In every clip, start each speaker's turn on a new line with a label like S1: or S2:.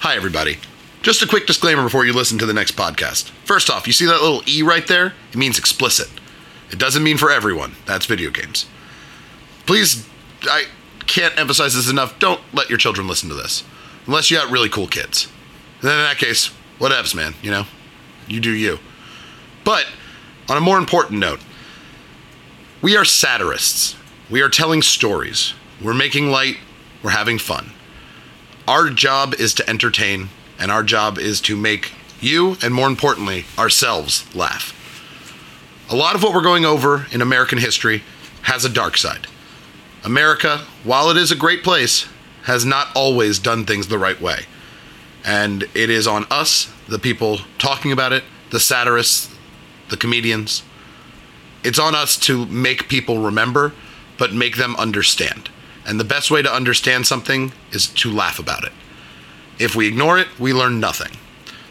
S1: Hi, everybody. Just a quick disclaimer before you listen to the next podcast. First off, you see that little E right there? It means explicit. It doesn't mean for everyone. That's video games. Please, I can't emphasize this enough. Don't let your children listen to this. Unless you got really cool kids. Then in that case, whatevs, man, you know? You do you. But on a more important note, we are satirists. We are telling stories. We're making light. We're having fun. Our job is to entertain, and our job is to make you, and more importantly, ourselves laugh. A lot of what we're going over in American history has a dark side. America, while it is a great place, has not always done things the right way. And it is on us, the people talking about it, the satirists, the comedians. It's on us to make people remember, but make them understand. And the best way to understand something is to laugh about it. If we ignore it, we learn nothing.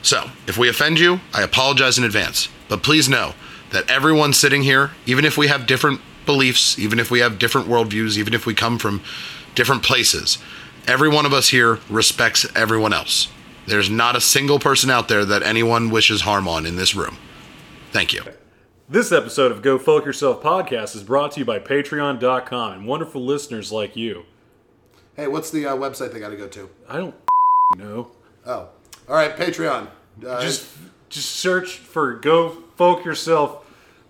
S1: So, if we offend you, I apologize in advance. But please know that everyone sitting here, even if we have different beliefs, even if we have different worldviews, even if we come from different places, every one of us here respects everyone else. There's not a single person out there that anyone wishes harm on in this room. Thank you.
S2: This episode of Go Fuck Yourself podcast is brought to you by Patreon.com and wonderful listeners like you.
S1: Hey, what's the uh, website they got to go to?
S2: I don't know.
S1: Oh, all right, Patreon. Uh,
S2: Just just search for Go Fuck Yourself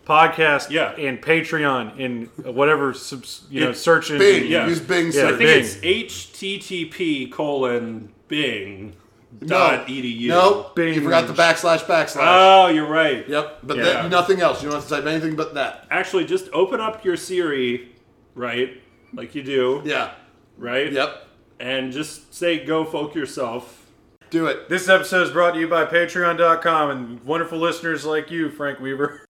S2: podcast
S3: Yeah.
S2: and Patreon in whatever subs, you know
S3: It's
S2: search
S1: Bing.
S2: engine.
S3: yeah.
S1: Use Bing.
S2: Yeah, I
S3: I
S1: search.
S3: think
S2: Bing.
S3: it's http colon bing
S1: No.
S3: dot edu.
S1: No, you
S2: Bing. Uh,
S1: forgot the backslash backslash.
S3: Oh, you're right.
S1: yep, but
S3: yeah.
S1: then nothing else. You don't have to type anything but that.
S3: Actually, just open up your Siri, right? Like you do,
S1: Yeah.
S3: right?
S1: Yep.
S3: And just say go folk yourself.
S1: Do it.
S2: This episode is brought to you by Patreon.com and wonderful listeners like you, Frank Weaver.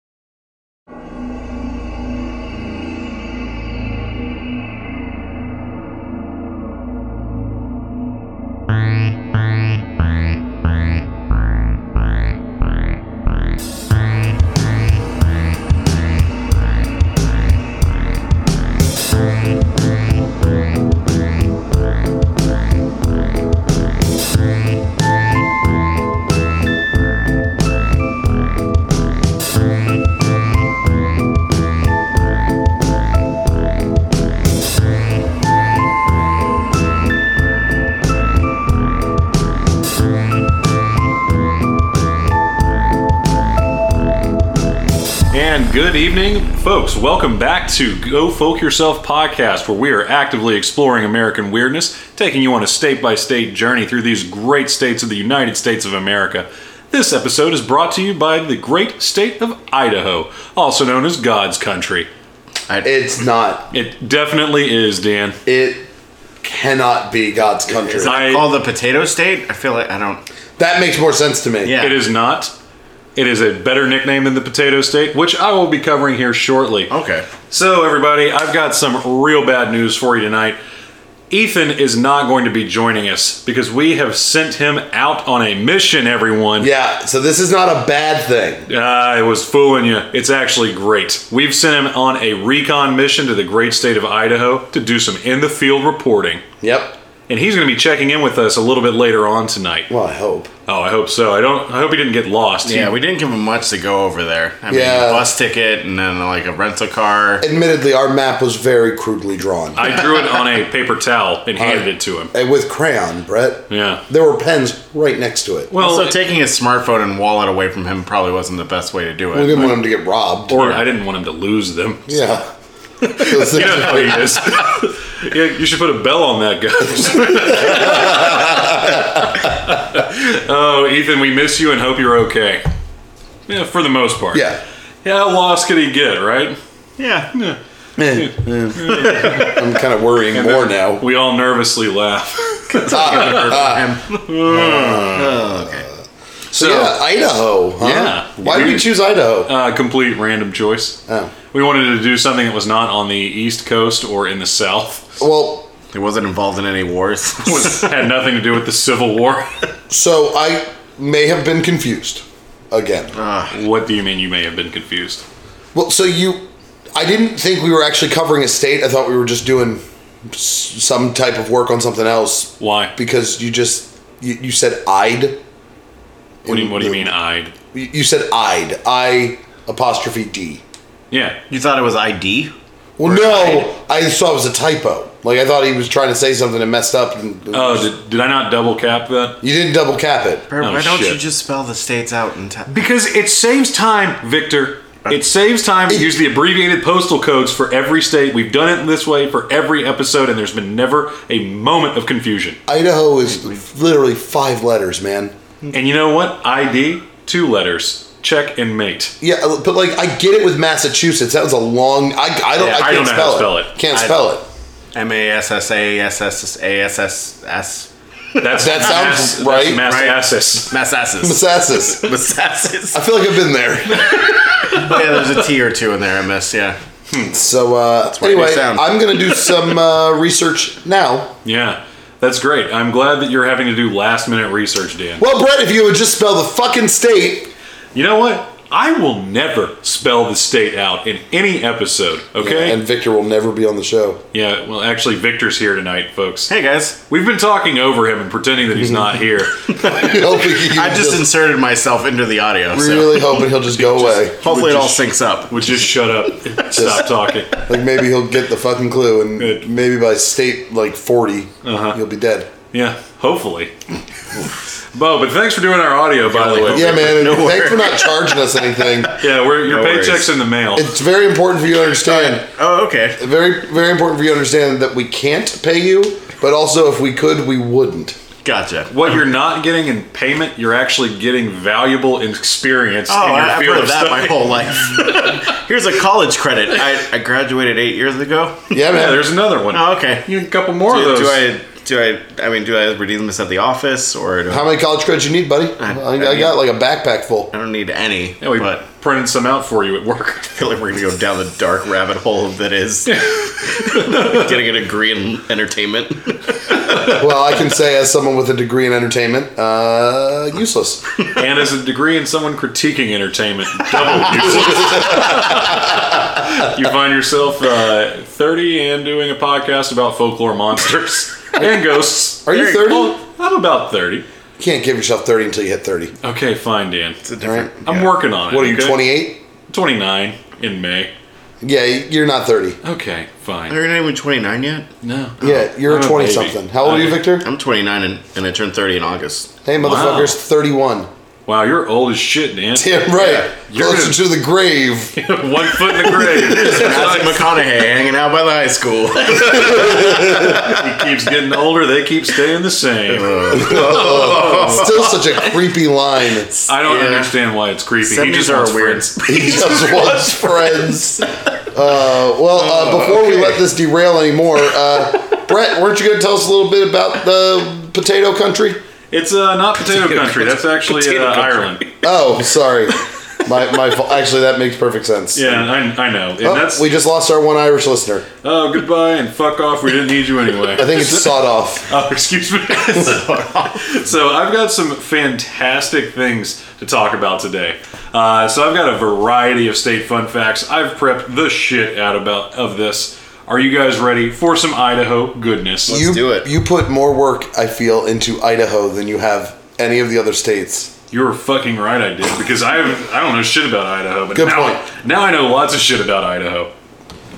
S2: And good evening, folks. Welcome back to Go Folk Yourself podcast, where we are actively exploring American weirdness, taking you on a state by state journey through these great states of the United States of America. This episode is brought to you by the great state of Idaho, also known as God's country.
S4: It's not.
S2: It definitely is, Dan.
S4: It cannot be God's country.
S5: Is that
S2: I-
S5: called the potato state? I feel like I don't.
S4: that makes more sense to me.
S5: Yeah.
S2: It is not. It is a better nickname than the potato state, which I will be covering here shortly.
S5: Okay.
S2: So, everybody, I've got some real bad news for you tonight. Ethan is not going to be joining us because we have sent him out on a mission, everyone. Ah,
S4: Yeah, so this is not a bad thing.
S2: I was fooling you. It's actually great. We've sent him on a recon mission to the great state of Idaho to do some in the field reporting.
S4: Yep.
S2: And he's going to be checking in with us a little bit later on tonight.
S4: Well, I hope.
S2: Oh, I hope so. I don't. I hope he didn't get lost. He-
S5: Yeah, we didn't give him much to go over there. I mean,
S4: Yeah.
S5: a bus ticket and then like a rental car.
S4: Admittedly, our map was very crudely drawn.
S2: I drew it on a paper towel and handed it to him.
S4: and with crayon, Brett.
S2: Yeah.
S4: There were pens right next to it.
S2: Well,
S5: also, taking his smartphone and wallet away from him probably wasn't the best way to do it.
S4: we didn't
S5: but-
S4: want him to get robbed.
S2: or I didn't want him to lose them.
S4: yeah.
S2: You know how Oh, he is. yeah, you should put a bell on that, guys. oh, Ethan, we miss you and hope you're okay. Yeah, for the most part.
S4: yeah.
S2: Yeah, how lost could he get, right?
S5: yeah.
S4: I'm kind of worrying more now. Uh,
S2: We all nervously laugh.
S4: So, yeah, Idaho, huh?
S2: Yeah.
S4: Why did we choose Idaho?
S2: Uh, complete random choice.
S4: Oh.
S2: We wanted to do something that was not on the East Coast or in the South.
S4: Well,
S5: He wasn't involved in any wars.
S2: Was, had nothing to do with the Civil War.
S4: so I may have been confused again.
S5: Uh,
S2: what do you mean you may have been confused?
S4: Well, so you, I didn't think we were actually covering a state. I thought we were just doing s- some type of work on something else
S2: Why?
S4: because you just
S1: you, you said I'd.
S2: What do you, what do you
S1: In
S2: mean,
S1: the-
S2: I'd?
S1: You you said I'd. I apostrophe D.
S2: Yeah.
S5: You thought it was ID?
S1: Well, no, I saw it was a typo. Like I thought he was trying to say something and messed up. And
S2: Oh, did, did I not double cap that?
S1: you didn't double cap it.
S5: Or
S2: Oh,
S5: why don't you
S2: shit.
S5: just spell the states out and tell?
S2: Because it saves time, Victor. It saves time to use the abbreviated postal codes for every state. We've done it this way for every episode, and there's been never a moment of confusion.
S1: Idaho is literally five letters, man.
S2: And you know what? ID, two letters. Check and mate.
S1: Yeah, but like I get it with Massachusetts. That was a long. I, I don't.
S2: Yeah,
S1: I can't
S2: I don't know how
S1: spell,
S2: to spell
S1: it.
S2: it.
S1: Can't
S5: I-
S1: spell it.
S5: M A S S A S S A S S S.
S2: That's
S1: That sounds right,
S2: Mass
S5: right?
S2: asses.
S5: Massasses.
S1: Massasses. I
S5: Massasses. Oh,
S1: feel like I've been there.
S5: yeah, there's a T or two in there I miss, yeah.
S1: So uh,
S5: why they
S1: anyway,
S5: sound.
S1: I'm gonna do some uh, research now.
S2: Yeah, that's great. I'm glad that you're having to do last minute research, Dan.
S1: Well, Brett, if you would just spell the fucking state,
S2: You know what? I will never spell the state out in any episode, okay?
S1: and Victor will never be on the show.
S2: yeah, well, actually, Victor's here tonight, folks.
S5: Hey guys.
S2: We've been talking over him and pretending that he's not here.
S1: Hoping he can
S5: I just inserted myself into the audio, so
S1: really hoping he'll just go away.
S5: hopefully it all syncs up.
S2: Would just shut up, stop talking.
S1: Like maybe he'll get the fucking clue, and
S2: Good. Uh-huh.
S1: maybe by state like 40, he'll be dead.
S2: Yeah, hopefully. Bo, but thanks for doing our audio, by the way.
S1: Yeah, man.
S5: No
S1: thanks for
S5: worries.
S1: not charging us anything.
S2: Yeah, we're, your
S5: No worries.
S2: paycheck's in the mail.
S1: It's very important for you to understand.
S5: Oh, okay.
S1: Very, very important for you to understand that we can't pay you, but also if we could, we wouldn't.
S5: Gotcha.
S2: what you're not getting in payment, you're actually getting valuable experience
S5: Oh,
S2: in your
S5: I- I've
S2: field
S5: heard
S2: of
S5: of that my
S2: study.
S5: whole life. Here's a college credit. I, I graduated eight years ago.
S1: Yeah,
S2: Yeah,
S1: man.
S2: there's another one.
S5: Oh, okay.
S2: You get a couple more of
S5: do,
S2: those.
S5: do I? Do I? I mean, do I redeem this at the office or do I,
S1: How many college credits you need, buddy? I, I,
S5: I
S1: got like a backpack full.
S5: I don't need any?
S2: yeah, we
S5: but
S2: printed some out for you at work.
S5: I feel like we're gonna go down the dark rabbit hole that is getting a degree in entertainment.
S1: Well, I can say as someone with a degree in entertainment, uh, useless.
S2: and as a degree in someone critiquing entertainment, double useless. you find yourself uh, 30 and doing a podcast about folklore monsters and ghosts.
S1: Are you 30?
S2: Very cool. I'm about 30.
S1: You can't give yourself 30 until you hit 30.
S2: Okay, fine, Dan.
S5: It's a
S1: All
S5: different.
S1: right.
S2: I'm working on it.
S1: What are you,
S2: okay?
S1: 28?
S2: 29 in May.
S1: Yeah, you're not 30.
S2: Okay, fine.
S5: You're not even 29 yet.
S2: No.
S1: Yeah, you're
S2: I'm a
S1: 20
S2: baby.
S1: something. How old are you,
S2: Okay.
S1: Victor?
S5: I'm 29 and, and I turned 30 in August.
S1: Hey, motherfuckers, 31.
S2: Wow, you're old as shit, Dan.
S1: Damn right.
S2: You're
S1: Closer
S2: gonna-
S1: to the grave.
S2: One foot in the grave.
S5: Matthew McConaughey hanging out by the high school.
S2: he keeps getting older. They keep staying the same.
S1: Uh, Still such a creepy line.
S2: I don't
S5: Yeah.
S2: understand why it's creepy. He just
S5: 70s are
S2: wants
S5: weird.
S2: friends.
S1: He just wants friends. Uh, well, uh, before we let this derail anymore, uh, Brett, weren't you going to tell us a little bit about the potato country?
S2: It's uh, not potato, country. That's actually
S5: Potato
S2: uh,
S5: country.
S2: Ireland.
S1: Oh, sorry. My, my fault. Actually, that makes perfect sense.
S2: Yeah, I, I know. And
S1: Oh,
S2: that's
S1: we just lost our one Irish listener.
S2: oh goodbye and fuck off. We didn't need you anyway.
S1: I think it's sawed off.
S2: Oh, excuse me. so I've got some fantastic things to talk about today. Uh, so I've got a variety of state fun facts. I've prepped the shit out about of this. Are you guys ready for some Idaho goodness?
S1: you,
S5: do it.
S1: You put more work, I feel, into Idaho than you have any of the other states.
S2: You're fucking right, I did because I have, I don't know shit about Idaho, but
S1: Good
S2: now
S1: point.
S2: now I know lots of shit about Idaho.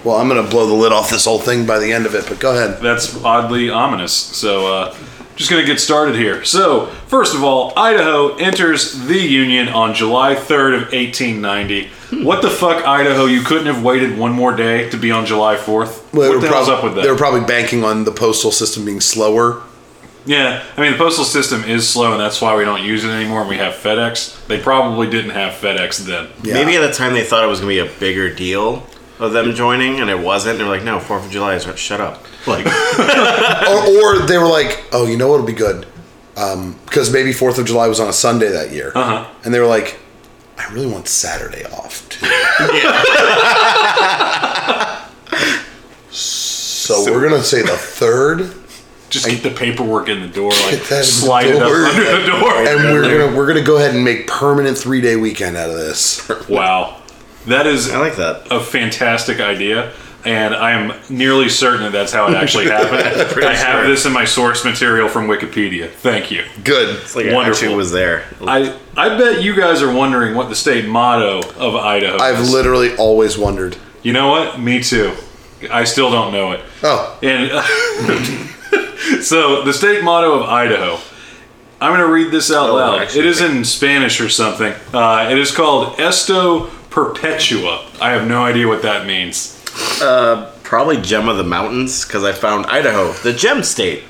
S1: Well, I'm going to blow the lid off this whole thing by the end of it, but go ahead.
S2: that's oddly ominous. So, uh, just gonna get started here. So, first of all, Idaho enters the Union on July 3rd of 1890. What the fuck, Idaho? You couldn't have waited one more day to be on July 4th.
S1: Well, they
S2: what
S1: were
S2: the hell's
S1: prob-
S2: up with
S1: They were
S2: that?
S1: probably banking on the postal system being slower.
S2: yeah, I mean the postal system is slow, and that's why we don't use it anymore. And we have FedEx. They probably didn't have FedEx then.
S1: Yeah.
S5: Maybe at the time they thought it was gonna be a bigger deal of them joining, and it wasn't. They're like, no, Fourth of July is right. Shut up. Like,
S1: or, or they were like, oh, you know what'll be good, because maybe Fourth of July was on a Sunday that year,
S2: Uh-huh.
S1: and they were like, I really want Saturday off. Too. so, we're gonna say the third,
S2: Just get the paperwork in the door, like
S1: Get that in the
S2: slide it up
S1: door.
S2: under the door.
S1: and we're gonna we're gonna go ahead and make permanent three day weekend out of this.
S2: wow, that is
S5: I like that.
S2: a fantastic idea. and I am nearly certain that that's how it actually happened. I have
S5: sure.
S2: this in my source material from Wikipedia. Thank you.
S6: Good.
S5: It's like
S2: Wonderful.
S5: Wonderful. was there.
S2: I I bet you guys are wondering what the state motto of Idaho.
S1: I've
S2: is.
S1: literally always wondered.
S2: You know what? Me too. I still don't know it.
S1: Oh,
S2: And so the state motto of Idaho. I'm going to read this out
S5: Oh,
S2: loud.
S5: actually-
S2: It is in Spanish or something. Uh, it is called Esto Perpetua. I have no idea what that means.
S5: Probably Gem of the Mountains because I found Idaho, the gem state.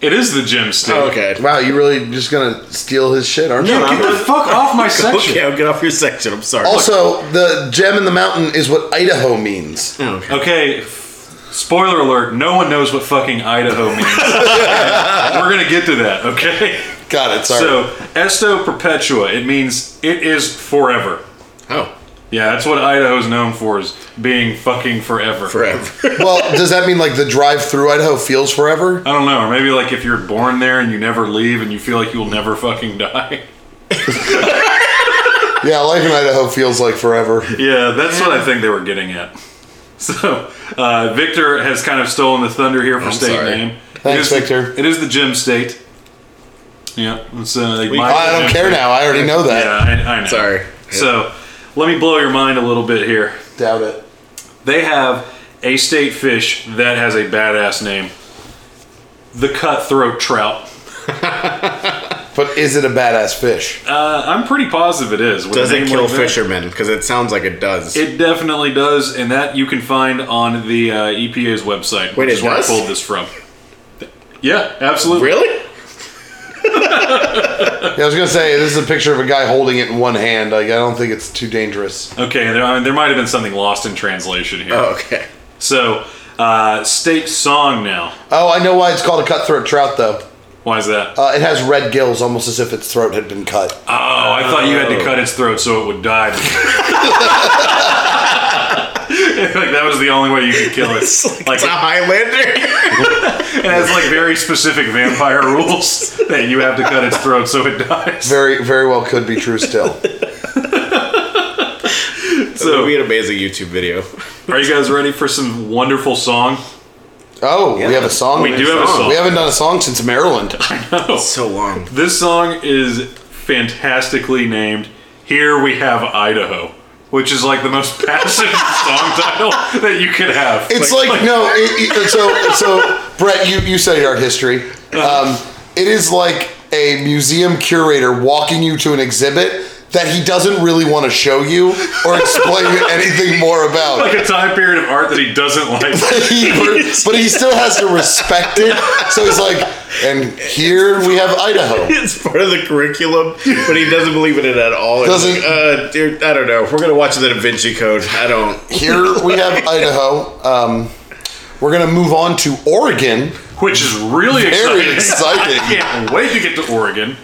S2: It is the gem
S5: Oh,
S2: state.
S1: wow, you really just gonna steal his shit, aren't you?
S5: No,
S2: Get the fuck off my section.
S5: Okay, I'll get off your section. I'm sorry.
S1: Also, the gem in the mountain is what Idaho means.
S5: Oh, okay.
S2: Okay. f- Spoiler alert, no one knows what fucking Idaho means. We're going to get to that, okay?
S1: Got it. Sorry.
S2: So, Esto Perpetua, it means it is forever.
S5: Oh,
S2: Yeah, that's what Idaho's known for is being fucking forever.
S5: forever.
S1: well, does that mean like the drive through Idaho feels forever?
S2: I don't know, or maybe like if you're born there and you never leave and you feel like you'll never fucking die.
S1: Yeah, life in Idaho feels like forever.
S2: Yeah, that's what I think they were getting at. So, uh, Victor has kind of stolen the thunder here for state
S5: sorry.
S2: name.
S1: Thanks,
S2: it is,
S1: Victor.
S2: It is the gym state. Yeah, it's, uh, like my-
S1: I don't care now. I already know that.
S2: Yeah, I, I know.
S5: Sorry.
S2: So, let me blow your mind a little bit here.
S1: Doubt it.
S2: They have a state fish that has a badass name the cutthroat trout.
S1: But is it a badass fish?
S2: Uh, I'm pretty positive it is. with a
S5: Does it
S2: name
S5: kill
S2: like that.
S5: fishermen? Because it sounds like it does.
S2: It definitely does, and that you can find on the uh, EPA's website, which
S5: Wait, it
S2: is where
S5: does?
S2: I pulled this from. Yeah, absolutely.
S5: really?
S1: Yeah, I was gonna say this is a picture of a guy holding it in one hand. Like I don't think it's too dangerous.
S2: Okay, there, I mean, there might have been something lost in translation here.
S5: Oh, okay.
S2: So, uh, state song now.
S1: Oh, I know why it's called a cutthroat trout though.
S2: Why is that?
S1: Uh, it has red gills, almost as if its throat had been cut.
S2: oh, I thought you had to cut its throat so it would die. like that was the only way you could kill it. Like,
S5: It's a Highlander.
S2: it has like very specific vampire rules that you have to cut its throat so it dies.
S1: Very, very well could be true still.
S5: so it'd be an amazing YouTube video.
S2: Are you guys ready for some wonderful song?
S1: Oh, we have a song.
S2: We do have a song.
S1: We haven't done a song since Maryland.
S5: So long.
S2: This song is fantastically named Here We Have Idaho, which is like the most passive song title that you could have.
S1: It's like, no. It, it- so, so Brett, you you studied art history. Um, it is like a museum curator walking you to an exhibit that he doesn't really want to show you or explain anything more about.
S2: like a time period of art that he doesn't like.
S1: he, but he still has to respect it. So he's like, and here we have Idaho.
S5: It's part of the curriculum, but he doesn't believe in it at all. He's
S1: Doesn't-
S5: like, uh, dude, I don't know. We're gonna watch the Da Vinci Code. I don't.
S1: Here we have Idaho. Um, we're gonna move on to Oregon.
S2: Which is really
S1: Very
S2: exciting.
S1: exciting.
S2: I can't wait to get to Oregon.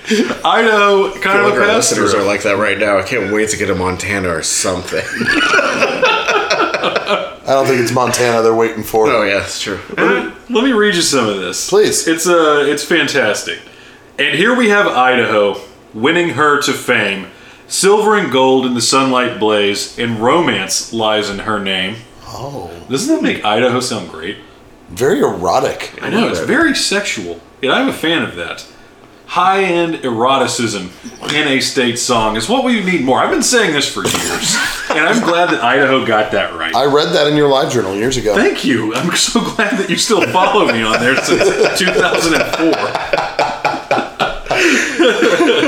S2: Idaho, kind
S5: I
S2: of a
S5: feel like our
S2: pass
S5: listeners
S2: through.
S5: are like that right now. I can't wait to get to Montana or something.
S1: I don't think it's Montana they're waiting for.
S5: oh yeah, that's true.
S2: Let me read you some of this.
S1: Please.
S2: It's uh it's fantastic. And here we have Idaho winning her to fame. Silver and gold in the sunlight blaze, and romance lies in her name.
S1: Oh,
S2: Doesn't that make Idaho sound great?
S1: very erotic.
S2: I know, it's very sexual. And I'm a fan of that. High end eroticism in a state song is what we need more. I've been saying this for years, and I'm glad that Idaho got that right.
S1: I read that in your live journal years ago.
S2: Thank you. I'm so glad that you still follow me on there since 2004.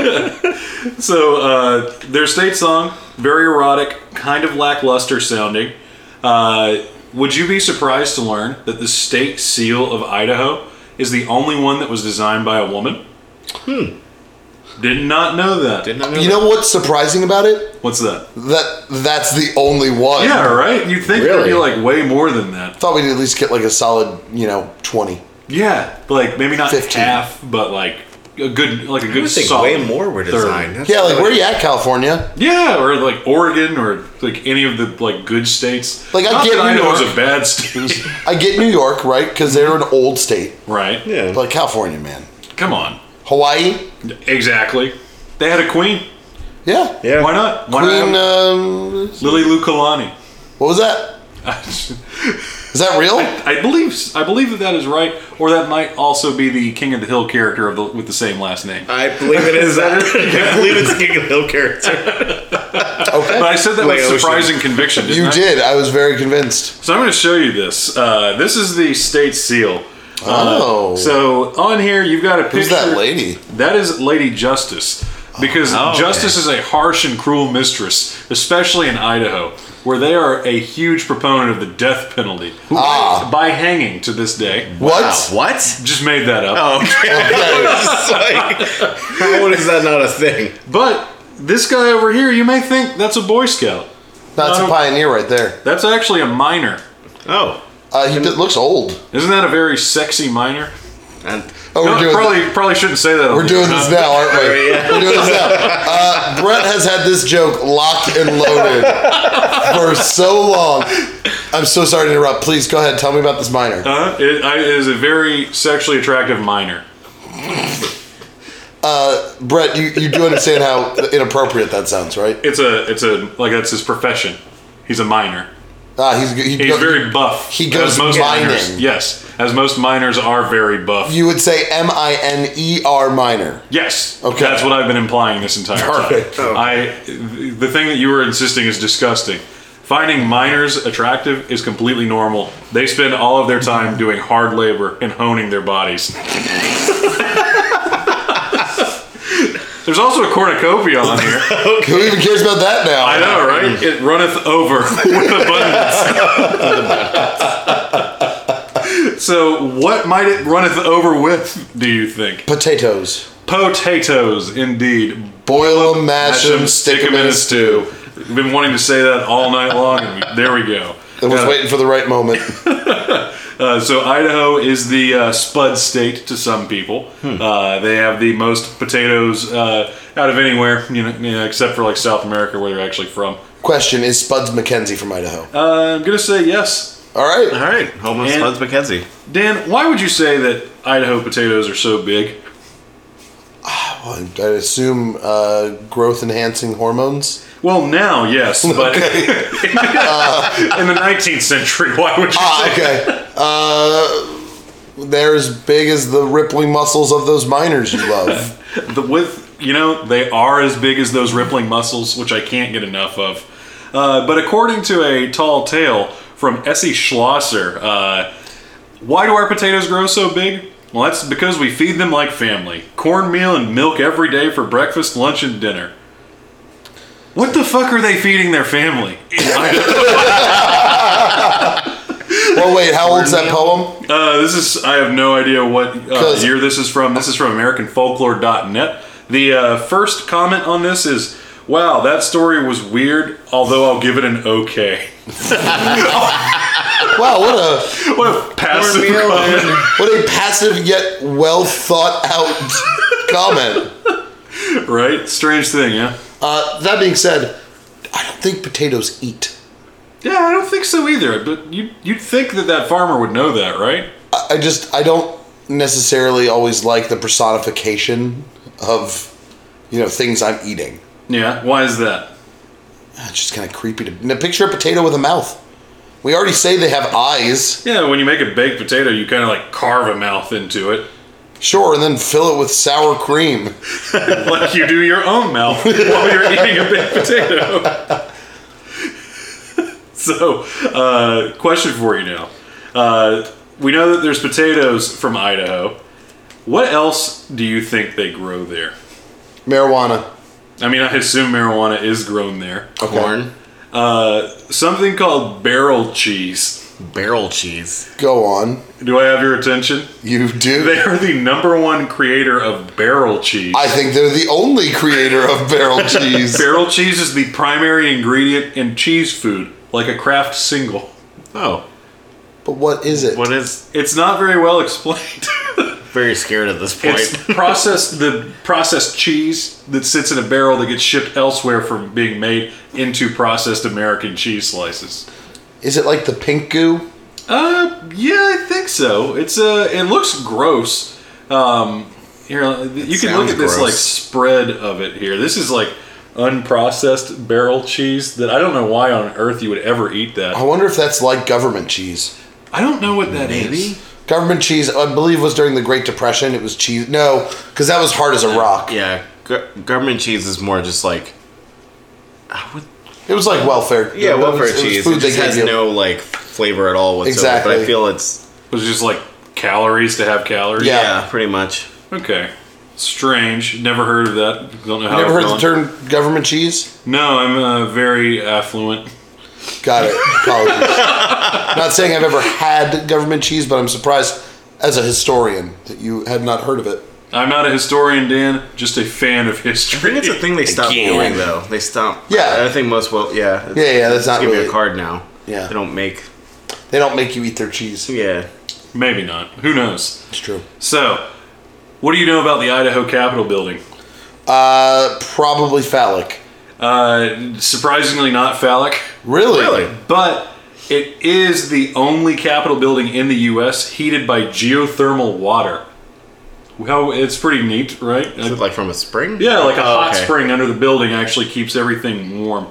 S2: so, uh, their state song, very erotic, kind of lackluster sounding. Uh, would you be surprised to learn that the state seal of Idaho is the only one that was designed by a woman? Hmm. Did not know that.
S5: Did not know
S1: you know what's surprising about it?
S2: What's that?
S1: That that's the only one.
S2: Yeah, right? You'd think there'd be
S5: Really?
S2: like way more than that.
S1: Thought we'd at least get like a solid, you know, twenty.
S2: Yeah, like maybe not
S1: 15.
S2: half, but like a good, like a good.
S5: I think
S2: solid
S5: way more were
S2: third.
S5: designed. That's
S1: Yeah, like
S5: really-
S1: where you at, California?
S2: Yeah, or like Oregon, or like any of the like good states.
S1: Like, I
S2: Not
S1: get
S2: that
S1: New
S2: Idaho's
S1: York.
S2: a bad state,
S1: I get New York, right? Because they're an old state.
S2: right?
S5: Yeah.
S1: But California, man.
S2: Come on.
S1: Hawaii?
S2: Exactly. They had a queen.
S1: Yeah.
S5: yeah.
S2: Why not? Why
S1: Queen,
S2: not?
S1: um,
S2: Lily Lukulani.
S1: what was that? Is that real?
S2: I believe I believe that that is right, or that might also be the King of the Hill character of the, with the same last name.
S5: I believe it is that. I believe it's King of the Hill character.
S2: But
S1: Okay.
S2: I said that
S5: Wait,
S2: with
S5: Ocean.
S2: surprising conviction. Didn't
S1: You
S2: I?
S1: did. I was very convinced.
S2: So I'm going to show you this. Uh, this is the state seal.
S1: Oh.
S2: So on here, you've got a picture.
S1: Who's that lady?
S2: That is Lady Justice. Because
S5: Oh, okay.
S2: justice is a harsh and cruel mistress, especially in Idaho, where they are a huge proponent of the death penalty
S1: Ah.
S2: by hanging to this day.
S1: What?
S5: what?
S2: Just made that up.
S5: Oh, okay. It's like, how is that not a thing?
S2: But this guy over here, you may think that's a Boy Scout.
S1: That's a
S2: No.
S1: pioneer right there.
S2: That's actually a minor.
S5: Oh,
S1: Uh, he d- looks old.
S2: Isn't that a very sexy minor?
S5: and
S1: Oh,
S2: No,
S1: we're doing
S2: probably probably shouldn't say that. on
S1: We're
S2: the-
S1: doing this now, aren't we? We're doing this now. Uh, Brett has had this joke locked and loaded for so long. I'm so sorry to interrupt. Please go ahead. Tell me about this minor.
S2: Uh, it, I, it is a very sexually attractive minor.
S1: Brett, you, you do understand how inappropriate that sounds, right?
S2: It's a it's a like that's his profession. He's a miner.
S1: Ah, he's he
S2: He's
S1: go-
S2: very buff.
S1: he goes
S2: as most
S1: mining.
S2: miners. Yes, as most miners are very buff.
S1: You would say M I N E R minor.
S2: yes.
S1: Okay.
S2: That's what I've been implying this entire
S1: Perfect.
S2: time. I the thing that you were insisting is disgusting. Finding miners attractive is completely normal. They spend all of their
S1: Mm-hmm.
S2: time doing hard labor and honing their bodies. There's also a cornucopia on here.
S1: Who even cares about that now?
S2: I know, right? It runneth over with abundance. so, what might it runneth over with, do you think?
S1: Potatoes.
S2: Potatoes, indeed.
S1: Boil 'em, mash 'em, stick 'em in a stew.
S2: Been wanting to say that all night long, and we- there we go.
S1: I was
S2: Uh,
S1: waiting for the right moment.
S2: Uh, so Idaho is the uh, spud state to some people.
S1: Hmm.
S2: Uh, they have the most potatoes uh, out of anywhere, you know, you know, except for like South America, where they're actually from.
S1: Question Is Spuds McKenzie from Idaho?
S2: Uh, uh-huh. I'm gonna say yes.
S1: All right.
S5: all right, homeless
S2: And-
S5: Buds McKenzie.
S2: Dan, why would you say that Idaho potatoes are so big?
S1: I I assume uh, growth enhancing hormones.
S2: Well, now, yes, but in the 19th century, why would you
S1: Ah,
S2: say
S1: okay. Uh, they're as big as the rippling muscles of those miners you love.
S2: the with you know they are as big as those rippling muscles, which I can't get enough of. Uh, but according to a tall tale from Essie Schlosser, uh, why do our potatoes grow so big? Well, that's because we feed them like family: cornmeal and milk every day for breakfast, lunch, and dinner. What the fuck are they feeding their family?
S1: well, wait, how old's that poem?
S2: Uh, this is I have no idea what uh,
S1: 'Cause-
S2: year this is from. This is from AmericanFolklore.net. The uh, first comment on this is, "Wow, that story was weird. Although I'll give it an okay."
S1: Wow, what a
S2: What a passive
S5: Cornmeal
S2: comment,
S1: what a passive yet well thought out comment.
S2: right? Strange thing, yeah.
S1: Uh, that being said, I don't think potatoes eat.
S2: Yeah, I don't think so either. But you you'd think that that farmer would know that, right?
S1: I, I just I don't necessarily always like the personification of you know things I'm eating.
S2: Yeah. Why is that?
S1: Ah, It's just kind of creepy to now picture a potato with a mouth. We already say they have eyes,
S2: Yeah, when you make a baked potato, you kind of like carve a mouth into it,
S1: sure, and then fill it with sour cream.
S2: like you do your own mouth while you're eating a baked potato. so, uh, question for you now. Uh, we know that there's potatoes from Idaho. What else do you think they grow there?
S1: Marijuana.
S2: I mean, I assume marijuana is grown there.
S5: Corn,
S2: Uh, something called barrel cheese.
S5: barrel cheese.
S1: Go on.
S2: Do I have your attention?
S1: You do.
S2: They are the number one creator of barrel cheese.
S1: I think they're the only creator of barrel cheese.
S2: Barrel cheese is the primary ingredient in cheese food, like a craft single.
S5: Oh,
S1: But what is it?
S5: what is?
S2: It's not very well explained.
S5: Very scared at this point.
S2: it's processed the processed cheese that sits in a barrel that gets shipped elsewhere from being made into processed American cheese slices.
S1: Is it like the pink goo?
S2: Uh, yeah, I think so. It's uh, it looks gross. Um, here you can look
S5: sounds
S2: at this like
S5: gross.
S2: spread of it here. This is like unprocessed barrel cheese that I don't know why on earth you would ever eat that.
S5: Oh.
S1: I wonder if that's like government cheese.
S2: I don't know what that is.
S5: Maybe.
S1: Government cheese, I believe, was during the Great Depression. It was cheese. No, because that was hard as a rock.
S5: Yeah, go- government cheese is more just like. I would-
S1: It was like welfare.
S5: Yeah,
S1: It was-
S5: welfare
S1: it was
S5: cheese.
S1: food
S5: It
S1: they gave
S5: just has
S1: you.
S5: no like flavor at all whatsoever. But
S1: Exactly.
S5: I feel it's
S2: It was just like calories to have calories.
S1: Yeah.
S5: yeah, pretty much.
S2: Okay. Strange. Never heard of that. Don't know how.
S1: Never
S2: it's
S1: heard the
S2: gone.
S1: term government cheese?
S2: No, I'm uh, very affluent.
S1: Got it. Apologies. not saying I've ever had government cheese, but I'm surprised as a historian that you had not heard of it.
S2: I'm not a historian, Dan. Just a fan of
S5: I
S2: history.
S5: think it's a thing they stopped
S6: Again.
S5: doing though. They stopped.
S1: Yeah.
S5: I think most well. Yeah. it's-
S1: Yeah, yeah, that's
S5: just
S1: not
S5: give you
S1: really-
S5: a card now.
S1: Yeah.
S5: They don't make.
S1: They don't make you eat their cheese.
S5: Yeah.
S2: Maybe not. Who knows?
S1: It's true.
S2: So, what do you know about the Idaho Capitol building?
S1: Uh, probably phallic.
S2: Uh, surprisingly, not phallic.
S1: Really?
S5: Really?
S2: But it is the only Capitol building in the U.S. heated by geothermal water. Well, it's pretty neat, right?
S5: Is it like from a spring?
S2: yeah, like a
S5: Oh,
S2: hot
S5: okay.
S2: spring under the building actually keeps everything warm.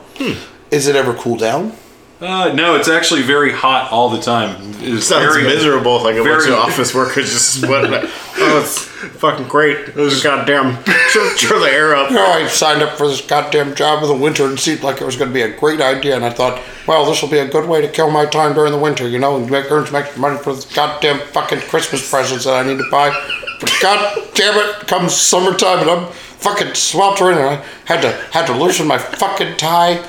S1: Is it ever cool down?
S2: Uh, no, it's actually very hot all the time. It's
S5: Sounds
S2: very
S5: miserable. Like a bunch
S2: very-
S5: of office workers just sweating. oh, it's fucking great. It was goddamn. Turn the air up.
S1: You know, I signed up for this goddamn job in the winter and it seemed like it was going to be a great idea. And I thought, well, this will be a good way to kill my time during the winter, you know, and make, earn some extra money for this goddamn fucking Christmas presents that I need to buy. But god damn it, comes summertime and I'm fucking sweltering and I had to had to loosen my fucking tie.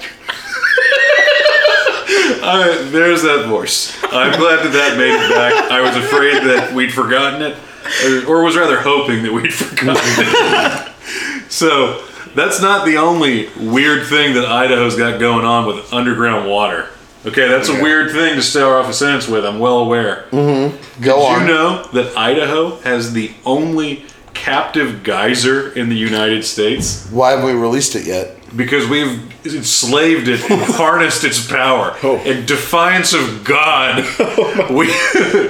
S2: Uh, there's that voice. I'm glad that that made it back. I was afraid that we'd forgotten it, or, or was rather hoping that we'd forgotten it. so that's not the only weird thing that Idaho's got going on with underground water. Okay, that's a weird thing to start off a sentence with. I'm well aware.
S1: Go
S2: Do you
S1: on.
S2: know that Idaho has the only captive geyser in the United States?
S1: Why haven't we released it yet?
S2: because we've enslaved it and harnessed its power in defiance of god we,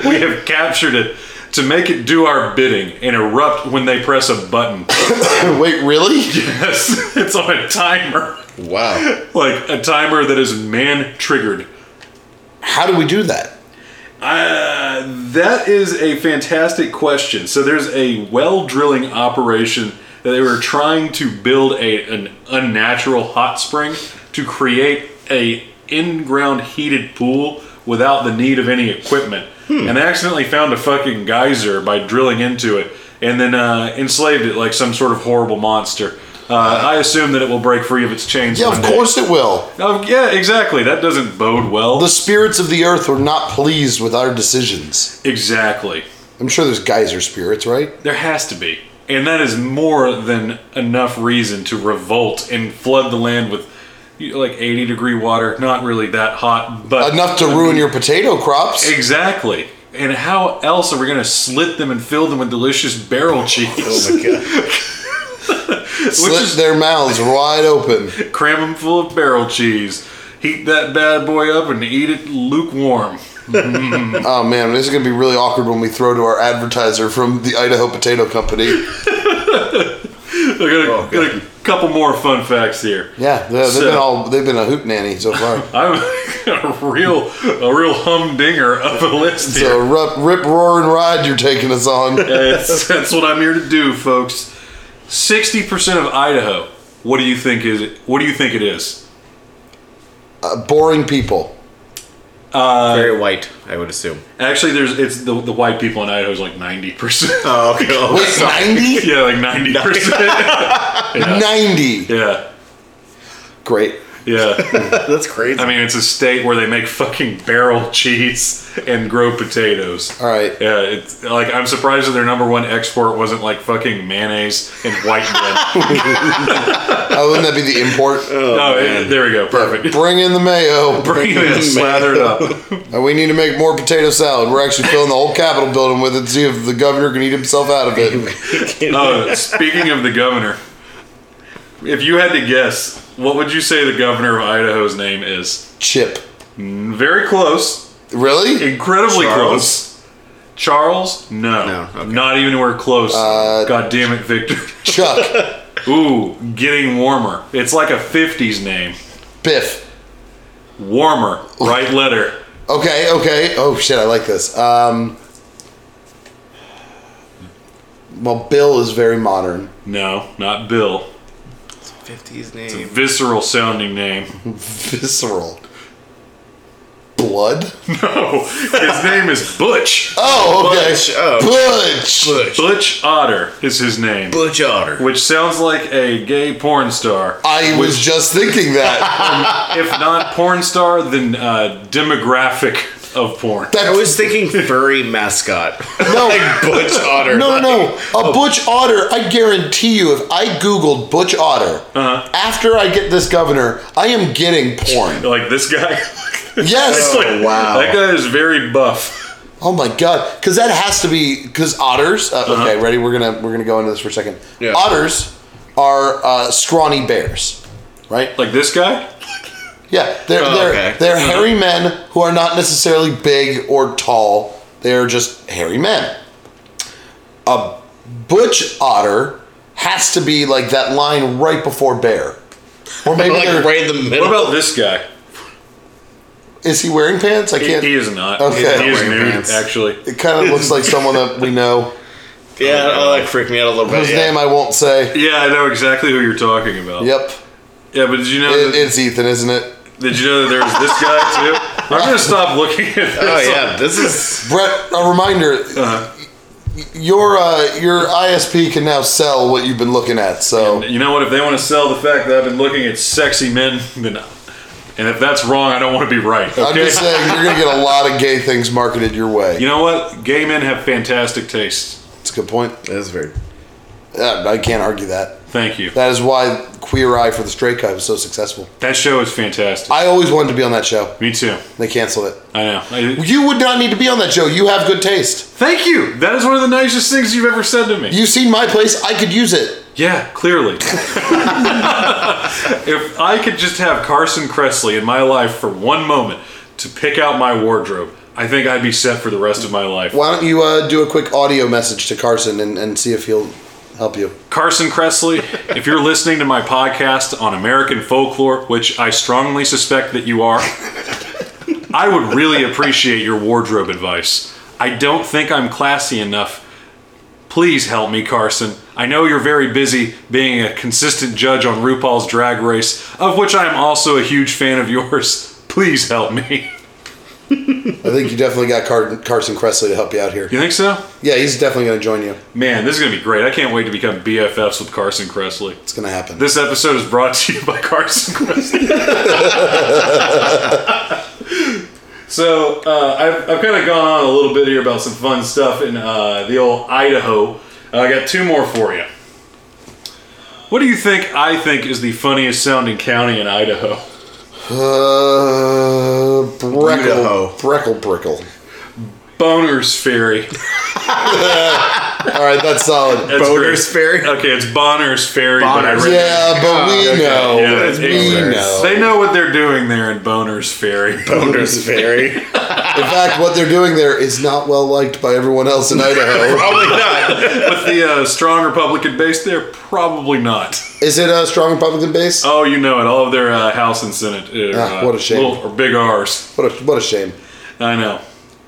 S2: we have captured it to make it do our bidding and erupt when they press a button
S1: Wait, really?
S2: yes it's on a timer
S1: Wow.
S2: like a timer that is man triggered
S1: How do we do that?
S2: Uh, that is a fantastic question. So there's a well drilling operation that they were trying to build a an unnatural hot spring to create a in ground heated pool without the need of any equipment,
S1: Hmm.
S2: and they accidentally found a fucking geyser by drilling into it, and then uh, enslaved it like some sort of horrible monster. Uh, I assume that it will break free of its chains.
S1: Yeah,
S2: one
S1: of
S2: day.
S1: course it will.
S2: Oh, yeah, exactly. That doesn't bode well.
S1: The spirits of the earth were not pleased with our decisions.
S2: exactly.
S1: I'm sure there's geyser spirits, right?
S2: There has to be. And that is more than enough reason to revolt and flood the land with you know, like 80 degree water. Not really that hot, but.
S1: Enough to ruin your potato crops.
S2: Exactly. And how else are we going to slit them and fill them with delicious barrel cheese?
S5: Oh my god.
S2: which
S1: Slit
S2: is-
S1: their mouths wide open.
S2: Cram them full of barrel cheese. Heat that bad boy up and eat it lukewarm.
S1: Oh man, this is gonna be really awkward when we throw to our advertiser from the Idaho Potato Company.
S2: I got a,
S5: Oh,
S2: got a couple more fun facts here.
S1: Yeah, they- they've
S2: So-
S1: been all they've been a hoot nanny so far.
S2: I'm a real, a real humdinger of a list here.
S1: So rip, rip, roar, and ride. You're taking us on.
S2: that's, that's what I'm here to do, folks. Sixty percent of Idaho. What do you think is it? What do you think it is?
S1: Uh, boring people.
S5: Very white, I would assume.
S2: Actually, there's it's the, the white people in Idaho is like ninety percent.
S5: Oh, okay.
S1: Wait, 90?
S2: yeah, like ninety percent.
S1: 90.
S2: Yeah,
S1: Great.
S2: yeah.
S5: That's crazy.
S2: I mean, it's a state where they make fucking barrel cheese and grow potatoes.
S1: All right.
S2: Yeah, it's like I'm surprised that their number one export wasn't like fucking mayonnaise and white bread.
S1: Oh, wouldn't that be the import?
S2: no, it- there we go, perfect.
S1: Bring in the mayo.
S2: Oh. Bring it, slather it up.
S1: And we need to make more potato salad. We're actually filling the whole Capitol building with it. See if the governor can eat himself out of it.
S2: Oh, speaking of the governor, if you had to guess, what would you say the governor of Idaho's name is?
S1: Chip.
S2: Very close,
S1: Really?
S2: incredibly
S5: Charles?
S2: close. Charles? No,
S5: No, okay.
S2: not even anywhere close.
S1: Uh,
S2: God damn it, Victor.
S1: Chuck.
S2: Ooh, getting warmer. It's like a 50s name.
S1: Biff.
S2: Warmer, right letter.
S1: Okay, okay. Oh shit, I like this. Um, well, Bill is very modern.
S2: No, not Bill.
S5: 50s name.
S2: Visceral sounding name.
S1: Visceral. Blood.
S2: No, his name is Butch.
S5: Uh,
S1: Oh, okay.
S5: Butch, oh.
S1: Butch.
S2: Butch Otter is his name,
S5: Butch Otter.
S2: which sounds like a gay porn star.
S1: I was just thinking that.
S2: If not porn star, then uh, demographic of porn.
S5: I
S1: That
S5: was thinking furry mascot.
S1: no,
S5: like Oh. Butch Otter.
S1: no,
S5: like,
S1: no. A Butch Otter. I guarantee you, if I googled Butch Otter
S5: Uh-huh.
S1: after I get this governor, I am getting porn.
S2: Like this guy.
S1: Yes.
S5: Oh, wow.
S2: That guy is very buff.
S1: Oh my god, because that has to be because otters. Uh, Okay, ready? We're gonna we're gonna go into this for a second.
S5: Uh-huh. Yeah.
S1: Otters are uh, scrawny bears, right?
S2: Like this guy?
S1: Yeah, they're
S5: Oh,
S1: they're
S5: okay.
S1: they're hairy men who are not necessarily big or tall. They are just hairy men. A butch otter has to be like that line right before bear, or maybe they're-
S5: Like right in the middle.
S2: What about this guy?
S1: is he wearing pants? I
S2: He,
S1: can't.
S2: he is not.
S1: Okay.
S2: He is
S5: Wearing
S2: nude,
S5: pants.
S2: actually.
S1: it kind of looks like someone that we know
S5: Yeah, that like freaked me out a little bit.
S1: whose
S5: yeah.
S1: name I won't say.
S2: Yeah, I know exactly who you're talking about.
S1: Yep,
S2: Yeah, but did you know
S1: It-
S2: that,
S1: it's Ethan, isn't it?
S2: did you know that there was this guy too? I'm gonna stop looking at this. Uh,
S5: Oh yeah, this is
S1: Brett, a reminder. Your uh, your ISP can now sell what you've been looking at. So
S2: You know what? If they want to sell the fact that I've been looking at sexy men, then, and if that's wrong, I don't want to be right.
S1: I'm
S2: Okay.
S1: just saying you're gonna get a lot of gay things marketed your way.
S2: you know what? Gay men have fantastic tastes.
S1: It's a good point.
S5: that is very
S1: Uh, I can't argue that.
S2: Thank you.
S1: That is why Queer Eye for the Straight Guy was so successful.
S2: That show is fantastic.
S1: I always wanted to be on that show.
S2: Me too.
S1: They canceled it.
S2: I know. I-
S1: You would not need to be on that show. You have good taste.
S2: thank you. That is one of the nicest things you've ever said to me.
S1: You've seen my place. I could use it.
S2: Yeah, clearly. if I could just have Carson Kressley in my life for one moment to pick out my wardrobe, I think I'd be set for the rest of my life.
S1: Why don't you uh, do a quick audio message to Carson and, and see if he'll help you?
S2: Carson Kressley, if you're listening to my podcast on American folklore, which I strongly suspect that you are, I would really appreciate your wardrobe advice. I don't think I'm classy enough. Please help me, Carson. I know you're very busy being a consistent judge on RuPaul's Drag Race, of which I am also a huge fan of yours. Please help me.
S1: I think you definitely got Car- Carson Kressley to help you out here.
S2: You think so?
S1: Yeah, he's definitely going to join you.
S2: Man, this is going to be great. I can't wait to become BFFs with Carson Kressley.
S1: It's going to happen.
S2: This episode is brought to you by Carson Kressley. so uh, I've, I've kind of gone on a little bit here about some fun stuff in uh, the old Idaho. Uh, I got two more for you. What do you think I think is the funniest sounding county in Idaho?
S1: Uh,
S5: Idaho.
S1: Breckle, Breckle, Brickle.
S2: Boner's Ferry.
S1: All right, that's solid.
S2: That's
S5: Boner's
S2: great.
S5: Ferry?
S2: Okay, it's Bonner's Ferry, but I
S5: Bonner's.
S2: read
S1: Yeah, but we
S5: okay.
S1: know.
S2: Yeah, that's
S1: we
S2: Boner's.
S1: know.
S2: They know what they're doing there in Boner's Ferry.
S5: Boner's Ferry.
S1: In fact, what they're doing there is not well liked by everyone else in Idaho.
S5: Probably not.
S2: With the uh, strong Republican base there, probably not.
S1: Is it a strong Republican base?
S2: Oh, you know it. All of their uh, House and Senate. Are,
S1: Ah,
S2: uh,
S1: what a shame.
S2: Little, or big R's.
S1: What a what a shame.
S2: I know.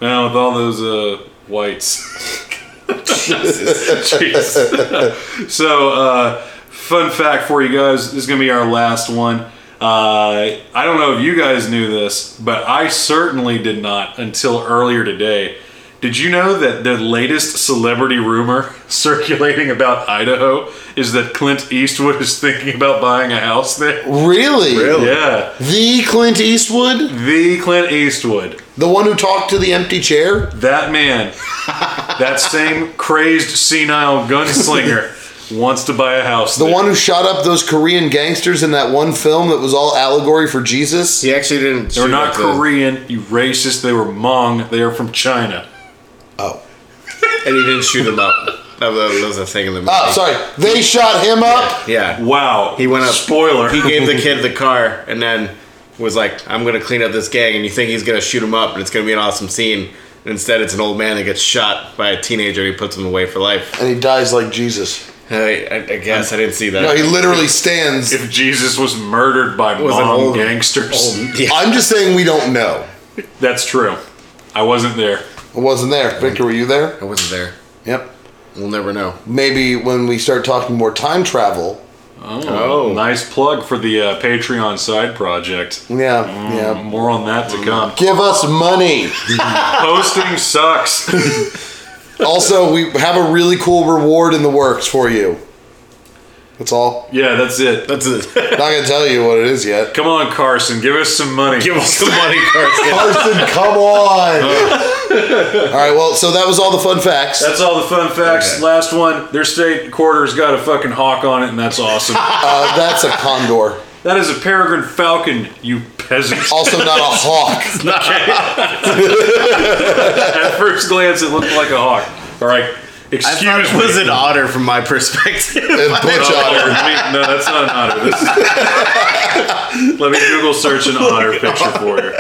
S2: Now with all those uh, whites. Jeez. so, uh, fun fact for you guys. This is gonna be our last one. Uh, I don't know if you guys knew this, but I certainly did not until earlier today. Did you know that the latest celebrity rumor circulating about Idaho is that Clint Eastwood is thinking about buying a house there?
S1: Really?
S5: Really?
S2: Yeah.
S1: The Clint Eastwood,
S2: The Clint Eastwood.
S1: the one who talked to the empty chair.
S2: That man, that same crazed senile gunslinger, wants to buy a house.
S1: The one who shot up those Korean gangsters in that one film that was all allegory for Jesus.
S5: He actually didn't.
S2: They're
S5: shoot
S2: not
S5: at the-
S2: Korean, you racist. They were Hmong. They are from China.
S1: Oh.
S5: And he didn't shoot him up. That was, that was a thing in the movie.
S1: Oh, sorry. They shot him up.
S5: Yeah.
S2: Wow.
S5: He went up-
S2: Spoiler.
S5: He gave the kid the car and then was like, I'm going to clean up this gang. And you think he's going to shoot him up and it's going to be an awesome scene. And instead, it's an old man that gets shot by a teenager and he puts him away for life.
S1: And he dies like Jesus.
S5: I, I, I guess I didn't see that.
S1: No, he literally stands.
S2: If Jesus was murdered by
S5: was an
S2: mom
S5: old-
S2: gangsters,
S1: I'm just saying we don't know.
S2: that's true. I wasn't there.
S1: I wasn't there. Victor, were you there?
S5: I wasn't there.
S1: Yep.
S5: We'll never know.
S1: Maybe when we start talking more time travel.
S2: Oh,
S5: Oh.
S2: nice plug for the uh, Patreon side project.
S1: Yeah, yeah.
S2: More on that to come.
S1: Give us money.
S2: Posting sucks.
S1: also, we have a really cool reward in the works for you. That's all.
S2: yeah, that's it.
S5: That's it.
S1: Not gonna tell you what it is yet.
S2: Come on, Carson, give us some money.
S5: Give us the money, Carson.
S1: Carson, come on. all right. Well, so that was all the fun facts.
S2: That's all the fun facts.
S5: Okay.
S2: Last one. Their state quarter's got a fucking hawk on it, and that's awesome.
S1: Uh, that's a condor.
S2: that is a peregrine falcon, you peasant.
S5: Oh.
S1: Also, not a hawk.
S2: At first glance, it looked like a hawk. All right.
S5: I
S2: Excuse
S5: thought it
S2: me.
S5: was an otter from my perspective.
S1: A butch
S2: Oh,
S1: otter.
S2: me- no, that's not an otter. This is- Let me Google search an otter picture for you.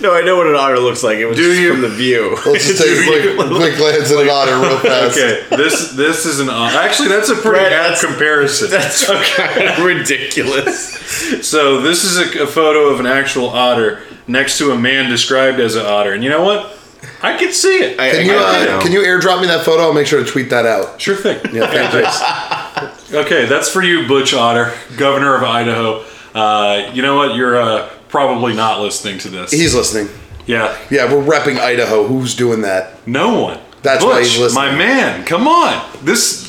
S5: no, I know what an otter looks like. It was just from the view.
S1: Let's just take a quick, quick glance at an otter real fast.
S2: Okay, this this is an otter. Actually, that's a pretty
S5: Brad,
S2: apt
S5: that's-
S2: comparison.
S5: That's kind of ridiculous.
S2: So this is a, a photo of an actual otter next to a man described as an otter, and you know what? I can see it.
S5: I-
S1: Can you
S5: I
S1: uh,
S5: know.
S1: can you airdrop me that photo? I'll make sure to tweet that out.
S2: Sure thing.
S1: Yeah, thank you.
S2: Okay, that's for you, Butch Otter, Governor of Idaho. Uh, you know what? You're uh, probably not listening to this.
S1: He's listening.
S2: yeah,
S1: Yeah, we're repping Idaho. Who's doing that?
S2: no one.
S1: That's
S2: Butch,
S1: why he's listening.
S2: my man. Come on, this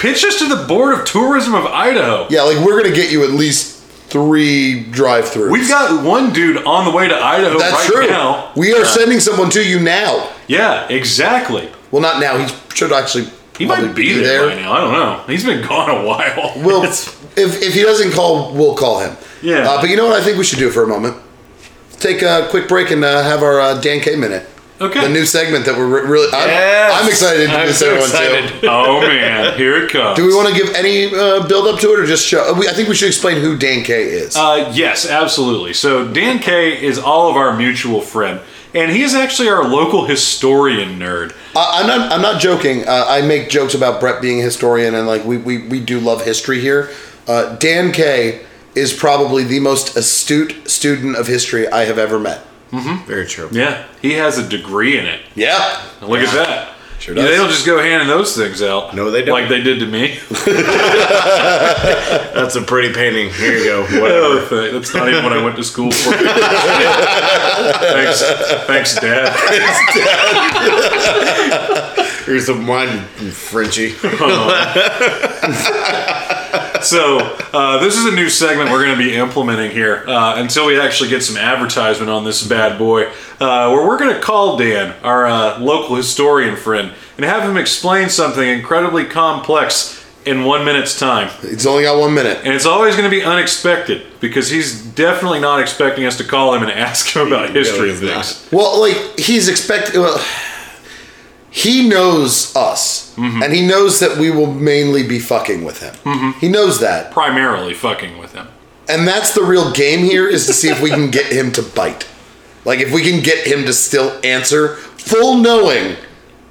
S2: pitch this to the Board of Tourism of Idaho.
S1: Yeah, like we're gonna get you at least three drive-throughs.
S2: We've got one dude on the way to Idaho
S1: that's
S2: right
S1: true.
S2: now.
S1: We are sending someone to you now.
S2: Yeah, exactly.
S1: Well, not now. He should actually.
S2: He
S1: probably
S2: might be, there, by now. I don't know. He's been gone a while.
S1: Well, if if he doesn't call, we'll call him.
S2: Yeah.
S1: Uh, but you know what? I think we should do for a moment. Take a quick break and uh, have our uh, Dan K minute.
S2: Okay.
S1: The new segment that we're re- really. I'm,
S5: Yes.
S1: I'm excited to do
S5: I'm
S1: this.
S5: so
S1: everyone
S5: excited.
S1: too.
S2: oh man, here it comes.
S1: Do we want to give any uh, build up to it or just show? We, I think we should explain who Dan K is.
S2: Uh, yes, absolutely. So Dan Kay is all of our mutual friend, and he is actually our local historian nerd.
S1: I, I'm not. I'm not joking. Uh, I make jokes about Brett being a historian, and like we we, we do love history here. Uh, Dan Kay is probably the most astute student of history I have ever met.
S5: Very true.
S2: Yeah, he has a degree in it.
S1: Yeah.
S2: Look at that.
S5: Sure
S2: Yeah,
S5: does.
S2: they don't just go handing those things out.
S5: No, they don't.
S2: Like they did to me.
S5: That's a pretty painting. Here you go. Whatever.
S2: Oh, That's not even what I went to school for. thanks, thanks, Dad.
S5: Here's some wine, Frenchie.
S2: So uh, this is a new segment we're going to be implementing here uh, until we actually get some advertisement on this bad boy, uh, where we're going to call Dan, our uh, local historian friend, and have him explain something incredibly complex in one minute's time.
S1: It's only got one minute.
S2: And it's always going to be unexpected because he's definitely not expecting us to call him and ask him about history of
S5: is not.
S2: things.
S1: Well, like he's expecting. Well, he knows us, and he knows that we will mainly be fucking with him. He knows that,
S2: Primarily fucking with him.
S1: and that's the real game here is to see if we can get him to bite. Like if we can get him to still answer, full knowing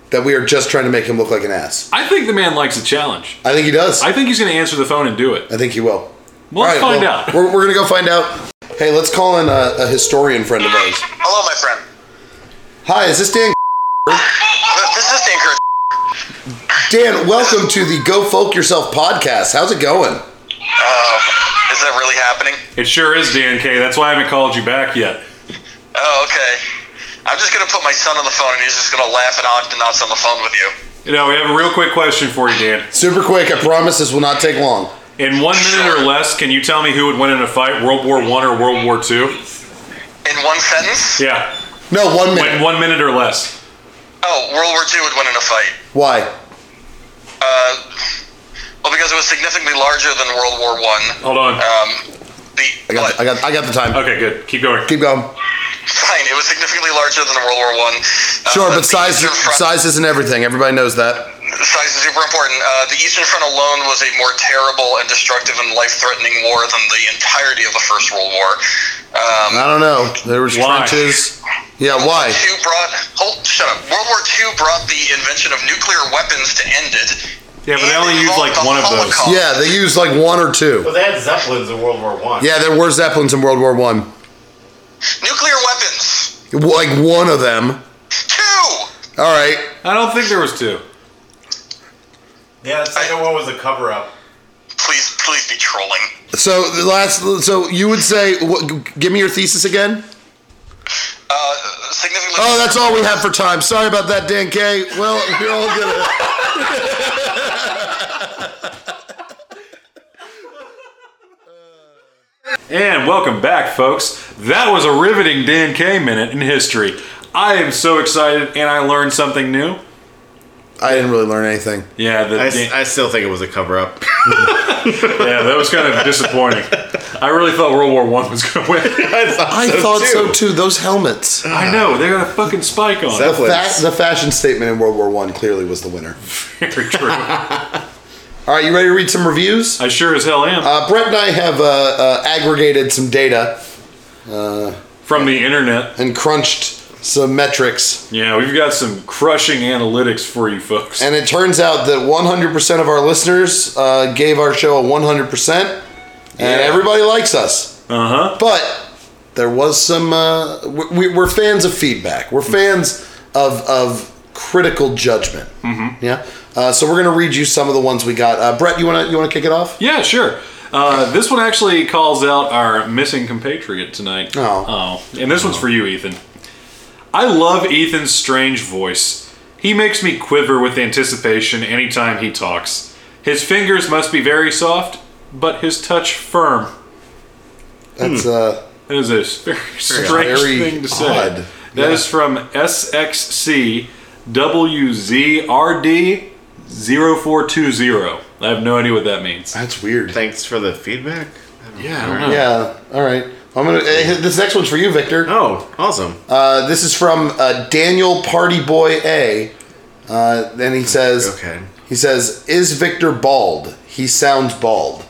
S1: that we are just trying to make him look like an ass.
S2: I think the man likes a challenge.
S1: I think he does. I,
S2: I think he's going to answer the phone and do it.
S1: think he will.
S2: Well, let's
S1: All
S2: find
S1: well,
S2: out.
S1: We're, we're gonna go find out. Hey, let's call in a, a historian friend of ours.
S7: Hello, my friend.
S1: Hi, is this Dan?
S7: Th- This is Tinker.
S1: Dan, welcome to the Go Folk Yourself podcast. How's it going?
S7: Oh, is that really happening?
S2: It sure is Dan K. That's why I haven't called you back yet.
S7: Oh, okay. I'm just gonna put my son on the phone, and he's just gonna laugh at Ogden that's on the phone with you.
S2: You know, we have a real quick question for you, Dan.
S1: Super quick, I promise this will not take long.
S2: In one minute or less, can you tell me who would win in a fight, World War One or World War Two?
S7: In one sentence?
S2: Yeah,
S1: No, one
S2: in
S1: minute.
S2: one minute or less.
S7: Oh, World War II would win in a fight.
S1: Why?
S7: Uh, well, because it was significantly larger than World War One.
S2: Hold on.
S7: Um, the
S1: I got, I got, I got the
S7: Uh,
S1: time.
S2: Okay, good. Keep going.
S1: Keep going.
S7: fine. It was significantly larger than World War One. Uh,
S1: Sure,
S7: the
S1: but size,
S7: Eastern Front-
S1: size isn't everything. Everybody knows that.
S7: size is super important. Uh, the Eastern Front alone was a more terrible and destructive and life-threatening war than the entirety of the First World War. Um,
S1: I don't know. There was
S2: Why?
S1: trenches. Yeah, why?
S7: World War II brought hold, shut up. World War II brought the invention of nuclear weapons to end it.
S2: Yeah, but they
S7: and
S2: only
S7: it
S2: used,
S7: involved
S2: like,
S7: the
S2: one of those.
S7: Holocaust.
S1: Yeah, they used like one or two.
S5: Well, they had zeppelins in World War One.
S1: Yeah, there were zeppelins in World War One.
S7: Nuclear weapons.
S1: Like one of them.
S7: Two.
S1: All right.
S2: I don't think there was two.
S5: yeah. The second one was a cover up.
S7: Please, please be trolling.
S1: So the last. So you would say, what, g- give me your thesis again.
S7: Uh, significantly.
S1: Oh, that's all we have for time. Sorry about that, Dan K. Well, you're all good.
S2: And welcome back, folks. That was a riveting Dan K minute in history. I am so excited, and I learned something new.
S1: I didn't really learn anything.
S2: Yeah, the
S5: I, s-
S2: Dan-
S5: I still think it was a cover up.
S2: yeah, that was kind of disappointing. I really thought World War One was going to win.
S5: I thought,
S1: I thought so too. Those helmets.
S2: I know they got a fucking spike on.
S5: Zeppelin.
S1: Fa- the fashion statement in World War One clearly was the winner.
S2: Very true. I
S1: All right, you ready to read some reviews?
S2: sure as hell am.
S1: Uh, Brett and I have uh, uh, aggregated some data
S2: From the internet.
S1: and crunched some metrics,
S2: Yeah, we've got some crushing analytics for you folks.
S1: and it turns out that 100% of our listeners uh, gave our show a 100%, and everybody likes us.
S2: Uh huh.
S1: But there was some. Uh, we- we, we're fans of feedback. We're fans of of critical judgment. Mm-hmm. Yeah. Uh, so we're gonna read you some of the ones we got. Uh, Brett, you wanna you wanna kick it off?
S2: Yeah, sure. Uh, this one actually calls out our missing compatriot tonight.
S1: Oh.
S2: Oh. And this one's for you, Ethan. I love Ethan's strange voice. He makes me quiver with anticipation anytime he talks. His fingers must be very soft, but his touch firm.
S1: That's uh,
S2: That is a s- very strange
S1: very
S2: thing to say.
S1: odd.
S2: That is from SXC WZRD 0420. I have no idea what that means.
S1: that's weird.
S5: Thanks for the feedback.
S2: Yeah, I don't know.
S1: Yeah. All right. I'm gonna. Uh, this next one's for you, Victor.
S5: Oh, awesome.
S1: Uh, this is from uh, Daniel Party Boy A. Uh, and he says,
S5: Okay.
S1: He says, "Is Victor bald? He sounds bald."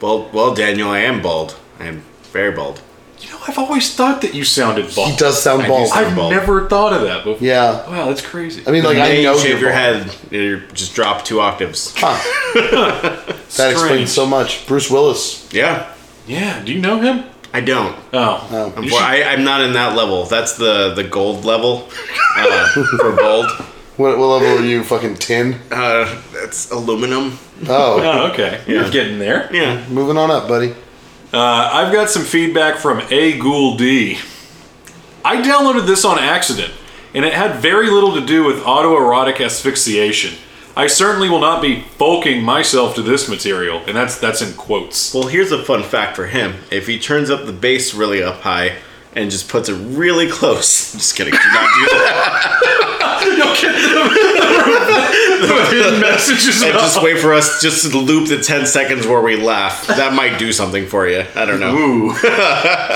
S5: Well, well, Daniel, I am bald. I am very bald.
S2: You know, I've always thought that you sounded bald.
S1: He does sound
S5: I do
S1: bald.
S5: sound-
S2: I've
S5: bald.
S2: never thought of that before.
S1: yeah.
S2: Wow, that's crazy.
S1: I mean, like
S5: Then
S1: I
S5: you
S1: know
S5: shave
S1: you're
S5: your
S1: bald.
S5: head, you just drop two octaves.
S1: Huh. that
S2: Strange.
S1: explains so much. Bruce Willis.
S5: Yeah,
S2: Yeah, do you know him?
S5: I don't.
S1: Uh,
S2: Oh.
S5: I'm, I, I'm not in that level. That's the the gold level uh, for bald.
S1: What, what level are you? Fucking tin.
S5: Uh, that's aluminum.
S1: Oh,
S2: Oh, okay. You're
S5: Yeah.
S2: getting there.
S5: Yeah.
S1: moving on up, buddy.
S2: Uh, I've got some feedback from A Ghoul D. I downloaded this on accident, and it had very little to do with autoerotic asphyxiation. I certainly will not be bulking myself to this material, and that's that's in quotes.
S5: Well, here's a fun fact for him. If he turns up the bass really up high and just puts it really close, just kidding. Do not do that.
S2: Messages
S5: And
S2: about-
S5: just wait for us just to loop the 10 seconds where we laugh. That might do something for you. I don't know.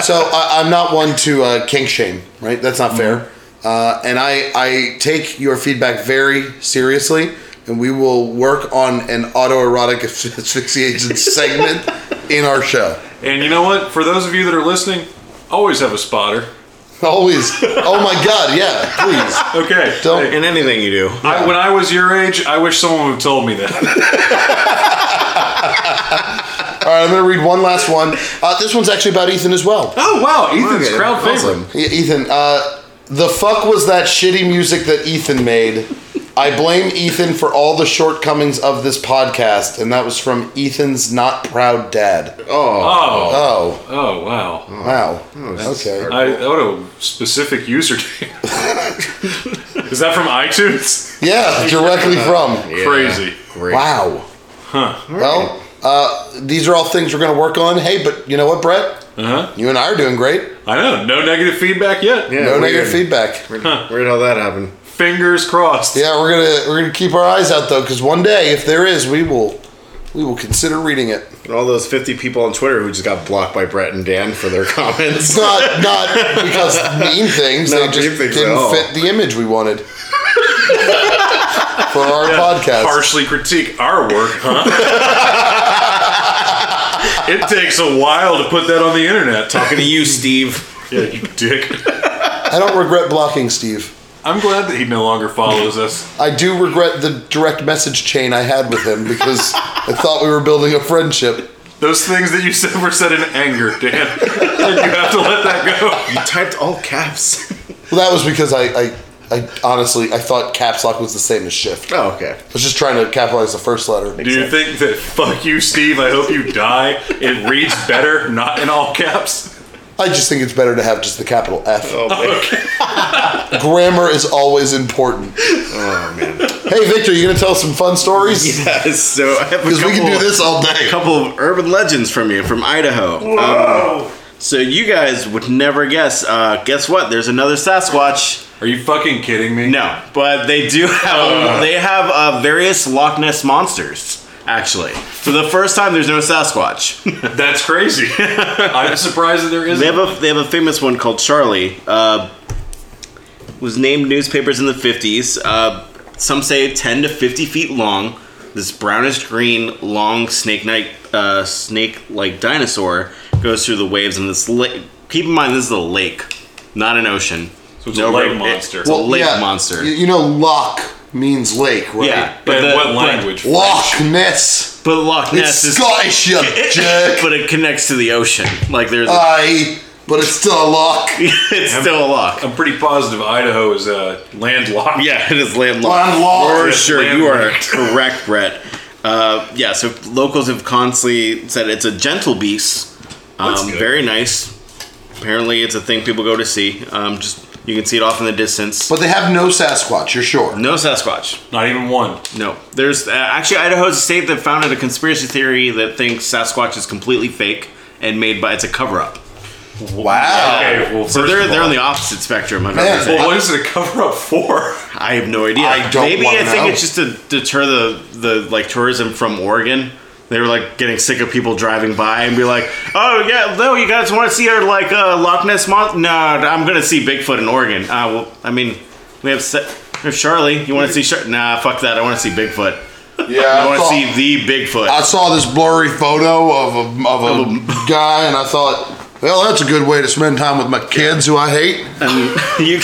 S1: So I, I'm not one to uh, kink shame, right? That's not fair. Uh, and I, I take your feedback very seriously, and we will work on an autoerotic asphyxiation segment in our show.
S2: And you know what? For those of you that are listening, always have a spotter.
S1: Always. Oh my God! Yeah, please
S2: Okay.
S1: don't.
S5: In anything you do.
S2: I, when I was your age, I wish someone would have told me that.
S1: All right, I'm gonna read one last one. Uh, this one's actually about Ethan as well.
S2: Oh wow, Ethan's
S5: Okay,
S2: crowd
S5: awesome.
S2: favorite.
S1: Yeah, Ethan, uh, the fuck was that shitty music that Ethan made? I blame Ethan for all the shortcomings of this podcast, and that was from Ethan's not proud dad.
S2: Oh,
S1: Oh,
S2: oh wow.
S1: wow. Okay.
S2: I, what a specific username. Is that from iTunes?
S1: Yeah, directly from.
S5: Yeah.
S2: Crazy.
S5: Great.
S1: Wow. Huh. Well, uh, these are all things we're going to work on. Hey, but you know what, Brett?
S2: Uh huh.
S1: You and I are doing great.
S2: I know. No negative feedback yet.
S5: Yeah,
S1: No
S5: weird.
S1: negative feedback.
S5: Weird, weird how that happened.
S2: Fingers crossed.
S1: Yeah, we're gonna we're gonna keep our eyes out though, because one day, if there is, we will we will consider reading it.
S5: And all those 50 people on Twitter who just got blocked by Brett and Dan for their comments.
S1: not not because mean things.
S5: Not
S1: they just
S5: mean things at
S1: didn't
S5: all.
S1: fit the image we wanted for our podcast.
S2: Harshly critique our work, huh? it takes a while to put that on the internet.
S5: Talking to you, Steve.
S2: Yeah, you dick.
S1: I don't regret blocking Steve.
S2: I'm glad that he no longer follows us.
S1: I do regret the direct message chain I had with him because I thought we were building a friendship.
S2: Those things that you said were said in anger, Dan. and you have to let that go.
S5: You typed all caps.
S1: Well, that was because I, I, I honestly I thought caps lock was the same as shift. I
S5: oh, okay.
S1: was just trying to capitalize the first letter.
S2: Do you think that "fuck you, Steve"? I hope you die. It reads better, not in all caps.
S1: I just think it's better to have just the capital F.
S5: Oh, man.
S1: Grammar is always important.
S5: Oh, man.
S1: Hey, Victor, you gonna tell some fun stories?
S5: Yeah, so I have a
S1: Because
S5: couple,
S1: we can do this all
S5: a
S1: day.
S5: couple of urban legends from you, from Idaho. Um, so you guys would never guess. Uh, guess what? There's another Sasquatch.
S2: Are you fucking kidding me?
S5: No, but they do have they have uh, various Loch Ness monsters. Actually, for the first time, there's no Sasquatch.
S2: that's crazy. I'm surprised that there
S5: they
S2: isn't.
S5: have a they have a famous one called Charlie. Uh, was named newspapers in the 50s. Uh, some say 10 to 50 feet long. This brownish green, long snake like uh, snake like dinosaur goes through the waves in this lake. Keep in mind, this is a lake, not an ocean.
S2: So it's a lake monster.
S5: It's a
S1: Well,
S5: lake
S1: yeah,
S5: monster.
S1: You, you know, lock means lake, right?
S5: yeah,
S2: In
S5: the-
S2: what language?
S1: Loch Ness.
S5: But, but Loch
S1: it's
S5: Ness is
S1: Scottish, you jerk.
S5: but it connects to the ocean. Like there's,
S2: Uh,
S5: a,
S1: Aye, but it's still a lock.
S5: it's still a lock.
S2: I'm pretty positive Idaho is uh, landlocked.
S5: Yeah, it is landlocked.
S1: Landlocked.
S5: For sure,
S2: Land
S5: you are
S2: locked.
S5: correct, Brett. Uh, yeah, so locals have constantly said it's a gentle beast. Um,
S2: good.
S5: very nice. Apparently, it's a thing people go to see. Um, just you can see it off in the distance.
S1: But they have no Sasquatch, you're sure.
S5: no Sasquatch.
S2: Not even one.
S5: No, there's uh, actually Idaho's a state that founded a conspiracy theory that thinks Sasquatch is completely fake and made by it's a cover up.
S1: Wow.
S2: Okay, well,
S5: Oh. So
S2: first
S5: they're
S2: of
S5: they're
S2: all-
S5: on the opposite spectrum. I've
S1: Man.
S5: never
S2: Well, what is it a cover up for?
S5: I have no idea.
S1: I don't
S5: Maybe
S1: wanna
S5: I think
S1: know.
S5: it's just to deter the the like tourism from Oregon. They were like getting sick of people driving by and be like, "Oh yeah, no, you guys want to see our like uh, Loch Ness monster? No, I'm gonna see Bigfoot in Oregon. Uh, well, I mean, we have se- we have Charlie. You want to see Char? Nah, fuck that. I want to see Bigfoot.
S1: Yeah.
S5: I Uh, want to
S1: thought-
S5: see the Bigfoot.
S1: I saw this blurry photo of a, of a guy, and I thought, well, that's a good way to spend time with my kids who I hate.
S5: you,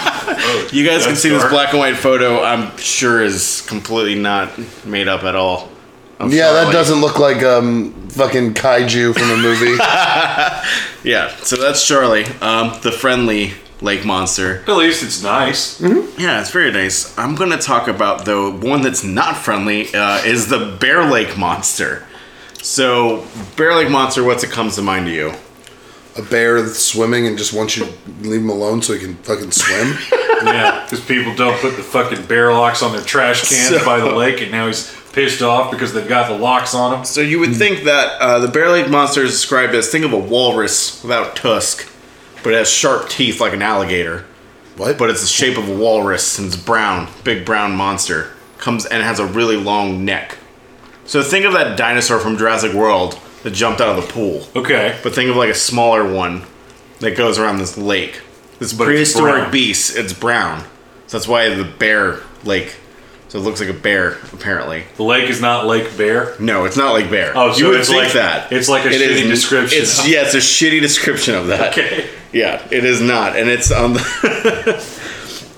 S5: you guys can
S2: that's
S5: see this
S2: dark.
S5: black and white photo. I'm sure is completely not made up at all. of
S1: yeah, that
S5: Charlie.
S1: doesn't look like um fucking kaiju from a movie.
S5: Yeah, so that's Charlie, um, the friendly lake monster.
S2: At least it's nice.
S5: Yeah, it's very nice. I'm gonna talk about though one that's not friendly uh, is the Bear Lake monster. So Bear Lake monster, what's it comes to mind to you?
S1: a bear that's swimming and just wants you to leave him alone so he can fucking swim.
S2: Yeah, because people don't put the fucking bear locks on their trash cans
S5: So-
S2: by the lake, and now he's pissed off because they've got the locks on them.
S5: So you would think that uh, the Bear Lake monster is described as think of a walrus without tusk, but it has sharp teeth like an alligator.
S1: what?
S5: But it's the shape of a walrus and it's brown, big brown monster. Comes and has a really long neck. So think of that dinosaur from Jurassic World that jumped out of the pool.
S2: Okay.
S5: But think of like a smaller one that goes around this lake. This
S2: But it's
S5: prehistoric
S2: brown.
S5: beast, it's brown. So that's why the bear lake. So it looks like a bear, apparently.
S2: The lake is not Lake Bear.
S5: No, it's not like bear.
S2: Oh, so
S5: you would
S2: it's
S5: think
S2: like-
S5: that.
S2: it's like a
S5: It
S2: shitty description.
S5: It's yeah, it's a shitty description of that.
S2: Okay.
S5: Yeah, it is not, and it's on. The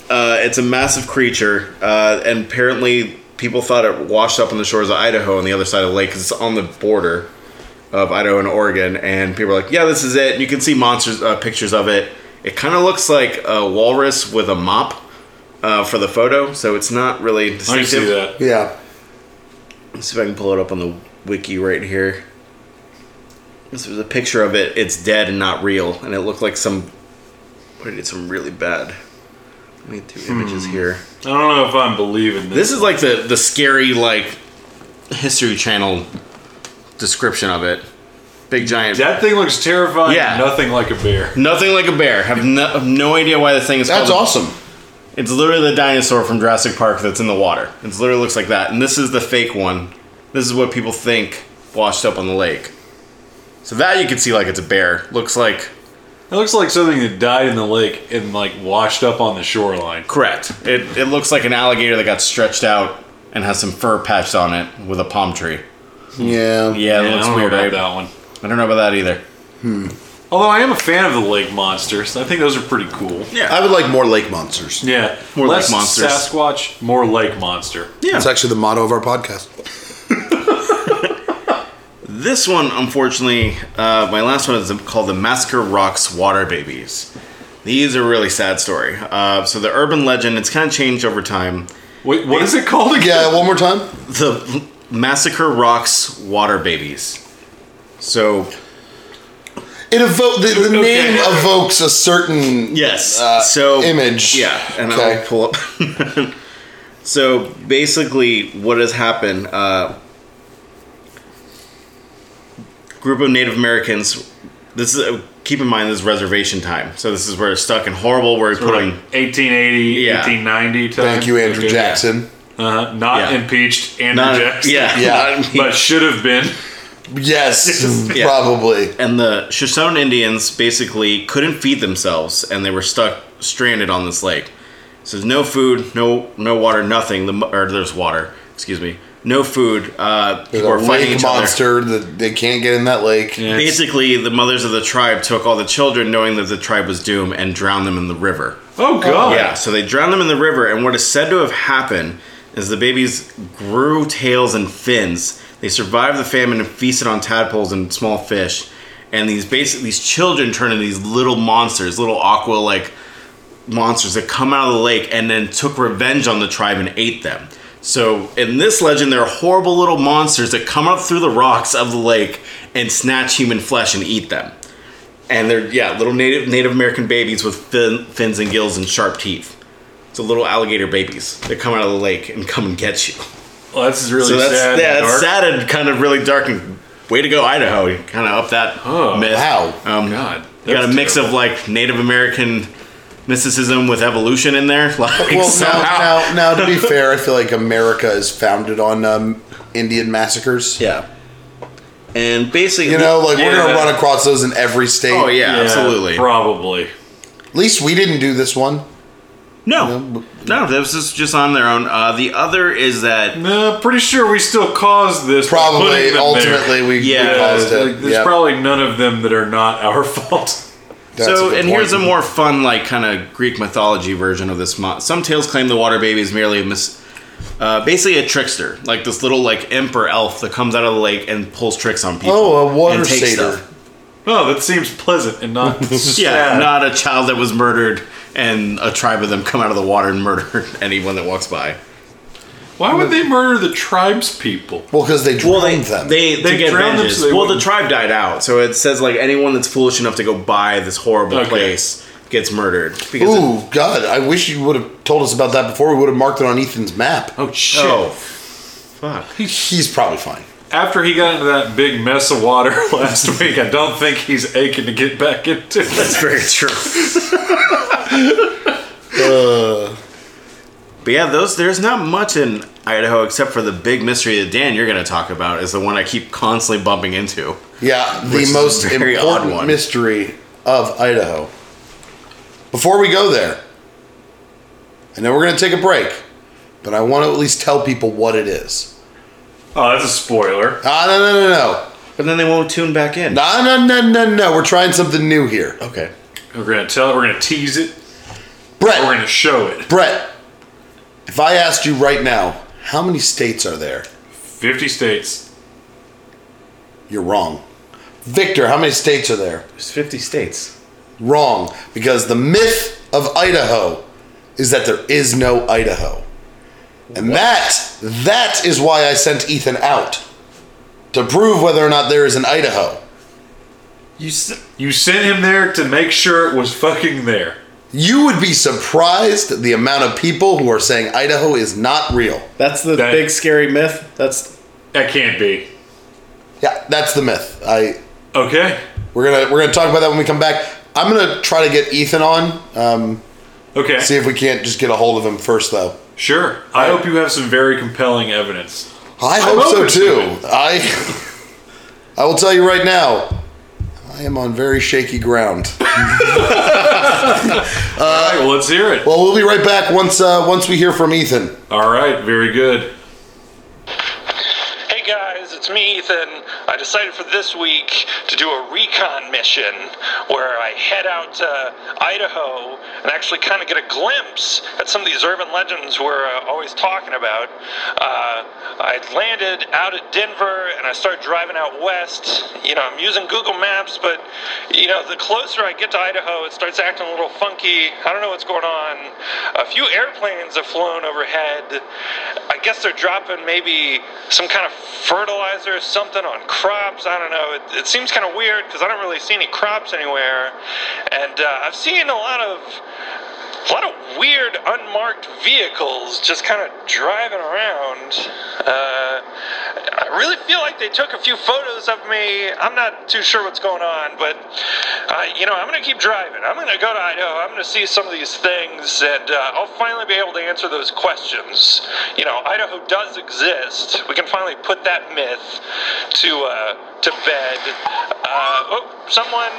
S5: uh, it's a massive creature, uh, and apparently people thought it washed up on the shores of Idaho on the other side of the lake 'cause it's on the border of Idaho and Oregon, and people were like, "Yeah, this is it." You can see monsters uh, pictures of it. It kind of looks like a walrus with a mop uh, for the photo, so it's not really
S2: I can
S5: distinctive.
S2: see that.
S1: yeah.
S5: Let's see if I can pull it up on the wiki right here. This was a picture of it. It's dead and not real, and it looked like some. What did it? Some really bad. Let me do
S1: Hmm.
S5: images here.
S2: I don't know if I'm believing this.
S5: This is like the the scary like History Channel description of it. Big giant.
S2: That thing looks terrifying.
S5: Yeah.
S2: Nothing like a bear.
S5: Nothing like a bear. Have no, have no idea why the thing is.
S1: That's
S5: called-
S1: awesome.
S5: It's literally the dinosaur from Jurassic Park that's in the water. It literally looks like that. And this is the fake one. This is what people think washed up on the lake. So that you can see like it's a bear. Looks like
S2: It looks like something that died in the lake and like washed up on the shoreline.
S5: correct. It it looks like an alligator that got stretched out and has some fur patched on it with a palm tree.
S1: Yeah.
S5: Yeah, that
S2: Yeah, I
S5: looks
S2: don't know
S5: weird, eh?
S2: about
S5: right?
S2: that one.
S5: I don't know about that either.
S2: Although I am a fan of the lake monsters. I think those are pretty cool.
S5: Yeah.
S1: I would like more lake monsters.
S2: Yeah.
S5: More
S2: Less
S5: lake monsters.
S2: Sasquatch, more lake monster.
S5: yeah.
S1: That's actually the motto of our podcast.
S5: This one, unfortunately, uh, my last one is called the Massacre Rocks Water Babies. These are a really sad story. Uh, so the urban legend, it's kind of changed over time.
S2: Wait, what is it called again?
S1: Yeah, one more time.
S5: The Massacre Rocks Water Babies. So
S1: It evo- the, the
S2: Okay.
S1: name evokes a certain
S5: yes,
S1: uh,
S5: so
S1: image.
S5: Yeah, and
S1: Okay.
S5: I'll pull up. so basically, what has happened? Uh, group of Native Americans. This is keep in mind this is reservation time, so this is where it's stuck in horrible. Where it's
S2: Or like
S5: putting
S2: 1880,
S5: Yeah.
S2: 1890 time.
S1: Thank you, Andrew
S2: Okay.
S1: Jackson.
S2: Uh-huh. Not
S5: Yeah.
S2: impeached Andrew
S5: not
S2: Jackson.
S5: yeah
S1: Yeah.
S5: not-
S2: But should have been.
S1: Yes,
S5: Yeah.
S1: probably.
S5: and the Shoshone Indians basically couldn't feed themselves, and they were stuck stranded on this lake. So there's no food, no no water, nothing. The mo- or there's water, excuse me, no food. Uh,
S1: There's
S5: people
S1: a
S5: are fighting
S1: lake
S5: each other.
S1: monster that they can't get in that lake.
S5: Basically, the mothers of the tribe took all the children, knowing that the tribe was doomed, and drowned them in the river.
S2: Oh, God.
S5: Yeah, so they drowned them in the river, and what is said to have happened is the babies grew tails and fins. They survived the famine and feasted on tadpoles and small fish, and these basic these children turned into these little monsters, little aqua like monsters that come out of the lake and then took revenge on the tribe and ate them. So in this legend, there are horrible little monsters that come up through the rocks of the lake and snatch human flesh and eat them. And they're yeah, little Native Native American babies with fin, fins and gills and sharp teeth. So little alligator babies that come out of the lake and come and get you.
S2: Well, that's really
S5: So that's
S2: sad.
S5: yeah,
S2: and dark.
S5: that's sad and kind of really dark and way to go Idaho. You kind of up that
S2: Oh,
S5: myth.
S1: wow.
S5: Um,
S2: God.
S5: you got a
S2: That's
S5: mix
S2: terrible.
S5: of like Native American mysticism with evolution in there. Like
S1: Well,
S5: somehow.
S1: now, now, now, to be fair, I feel like America is founded on um, Indian massacres.
S5: Yeah. And basically,
S1: You know, like we're
S2: Yeah.
S1: gonna run across those in every state.
S5: oh yeah,
S2: Yeah,
S5: absolutely.
S2: Probably.
S1: At least we didn't do this one.
S5: No, no, that was just, just on their own. Uh, the other is that
S2: No, pretty sure we still caused this. by putting
S1: Probably,
S2: them
S1: ultimately, we, we
S5: Yeah,
S1: caused
S2: there. Like,
S1: it.
S2: there's
S1: Yep.
S2: probably none of them that are not our fault.
S1: That's a
S5: so,
S1: good
S5: and here's a
S1: point.
S5: more fun, like, kind of Greek mythology version of this. Mo- Some tales claim the water baby is merely a mis- uh, basically a trickster, like this little like imp or elf that comes out of the lake and pulls tricks on people.
S1: Oh, a water
S5: and takes
S1: satyr.
S5: stuff.
S2: Oh, that seems pleasant and not
S5: Yeah,
S2: sad.
S5: not a child that was murdered and a tribe of them come out of the water and murder anyone that walks by.
S2: Why would they murder the tribes people?
S1: Well, because they drowned
S5: Well, they
S1: them.
S5: they,
S2: They
S5: to get
S2: drowned them
S5: vengeance.
S2: so they
S5: well,
S2: wouldn't-
S5: the tribe died out, so it says like anyone that's foolish enough to go buy this horrible
S2: Okay.
S5: place gets murdered because. it-
S1: Ooh, God! I wish you would have told us about that before. We would have marked it on Ethan's map.
S2: Oh shit!
S5: oh, fuck.
S1: He's probably fine.
S2: After he got into that big mess of water last week, I don't think he's aching to get back into it.
S5: That's very true. Uh. But yeah, those there's not much in Idaho except for the big mystery that Dan you're going to talk about is the one I keep constantly bumping into.
S1: Yeah, the
S5: Which is a
S1: most
S5: very odd
S1: important
S5: one.
S1: mystery of Idaho. Before we go there, I know we're going to take a break, but I want to at least tell people what it is.
S2: Oh, that's a spoiler.
S1: Ah, no, no, no,
S5: But then they won't tune back in.
S1: no, no, no, no, no, no. We're trying something new here.
S5: okay.
S2: We're gonna tell it. We're gonna tease it. Or we're
S1: Brett,
S2: gonna show it.
S1: Brett, if I asked you right now, how many states are there?
S2: Fifty states.
S1: You're wrong. Victor, how many states are there?
S5: There's 50 states.
S1: Wrong, because the myth of Idaho is that there is no Idaho. And that that is why I sent Ethan out to prove whether or not there is an Idaho.
S2: You s- you sent him there to make sure it was fucking there.
S1: You would be surprised at the amount of people who are saying Idaho is not real.
S5: That's the
S2: Dang.
S5: big scary myth. That's
S2: That can't be.
S1: Yeah, that's the myth. I
S2: Okay.
S1: we're gonna we're gonna talk about that when we come back. I'm gonna try to get Ethan on. Um,
S2: Okay.
S1: see if we can't just get a hold of him first, though.
S2: Sure. I hope you have some very compelling evidence.
S1: I hope so
S2: open to
S1: too.
S2: it.
S1: I I will tell you right now, I am on very shaky ground.
S2: All right, well, let's hear it.
S1: Uh, Well, we'll be right back once uh, once we hear from Ethan.
S2: All right, very good.
S8: Hey guys, it's it's me, Ethan. I decided for this week to do a recon mission where I head out to Idaho and actually kind of get a glimpse at some of these urban legends we're uh, always talking about. Uh, I landed out at Denver and I started driving out west. You know, I'm using Google Maps, but you know, the closer I get to Idaho, it starts acting a little funky. I don't know what's going on. A few airplanes have flown overhead. I guess they're dropping maybe some kind of fertilizer or something on crops. I don't know. It, it seems kind of weird because I don't really see any crops anywhere. And uh, I've seen a lot of a lot of weird unmarked vehicles just kind of driving around. Uh, I really feel like they took a few photos of me. I'm not too sure what's going on, but uh, you know, I'm gonna keep driving. I'm gonna go to Idaho. I'm gonna see some of these things, and uh, I'll finally be able to answer those questions. You know, Idaho does exist. We can finally put that myth to uh, to bed. Uh, oh, someone,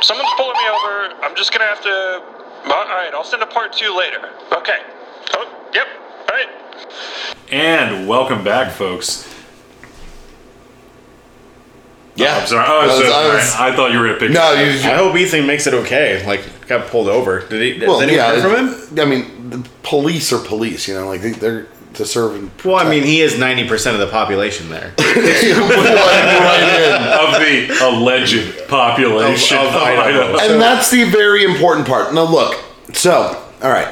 S8: someone's pulling me over. I'm just gonna have to all right, I'll send a part two later. Okay. Oh, yep. All right.
S2: And welcome back, folks.
S1: Yeah.
S2: I'm sorry. Oh, I'm
S1: I was-
S2: so
S1: I
S2: sorry.
S1: was-
S2: I thought you were gonna pick.
S1: no, you,
S5: I hope Ethan makes it okay. Like, got pulled over. Did he?
S1: well,
S5: did anyone
S1: yeah.
S5: hear from him?
S1: I mean, the police are police. You know, like they, they're to serve. And
S5: Well, I mean, he is ninety percent of the population there.
S1: right in.
S2: of the alleged population
S5: Of- of
S2: of
S5: Idaho.
S2: Idaho.
S1: And that's the very important part. Now, look. So, all right.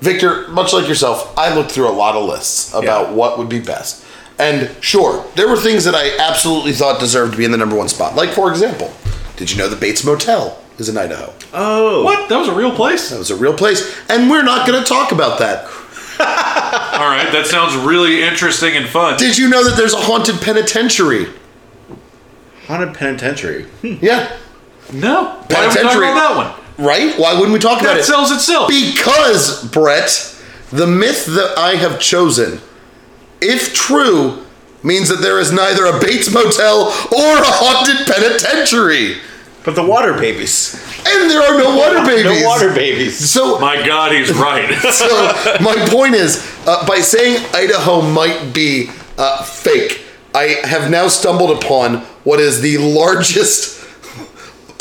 S1: Victor, much like yourself, I looked through a lot of lists about
S5: Yeah.
S1: what would be best. And sure, there were things that I absolutely thought deserved to be in the number one spot. Like, for example, did you know the Bates Motel is in Idaho?
S5: Oh,
S2: What? That was a real place.
S1: That was a real place. And we're not going to talk about that.
S2: All right, that sounds really interesting and fun.
S1: Did you know that there's a haunted penitentiary?
S5: haunted penitentiary.
S1: Yeah.
S2: No, why don't we talk
S1: Penitentiary.
S2: about that one?
S1: Right? Why wouldn't we talk about
S2: That
S1: it?
S2: sells itself.
S1: Because, Brett, the myth that I have chosen, if true, means that there is neither a Bates Motel or a haunted penitentiary.
S5: But the water babies.
S1: And there are no water babies.
S5: No water babies.
S1: So,
S2: My God, he's right.
S1: so my point is, uh, by saying Idaho might be uh, fake, I have now stumbled upon what is the largest,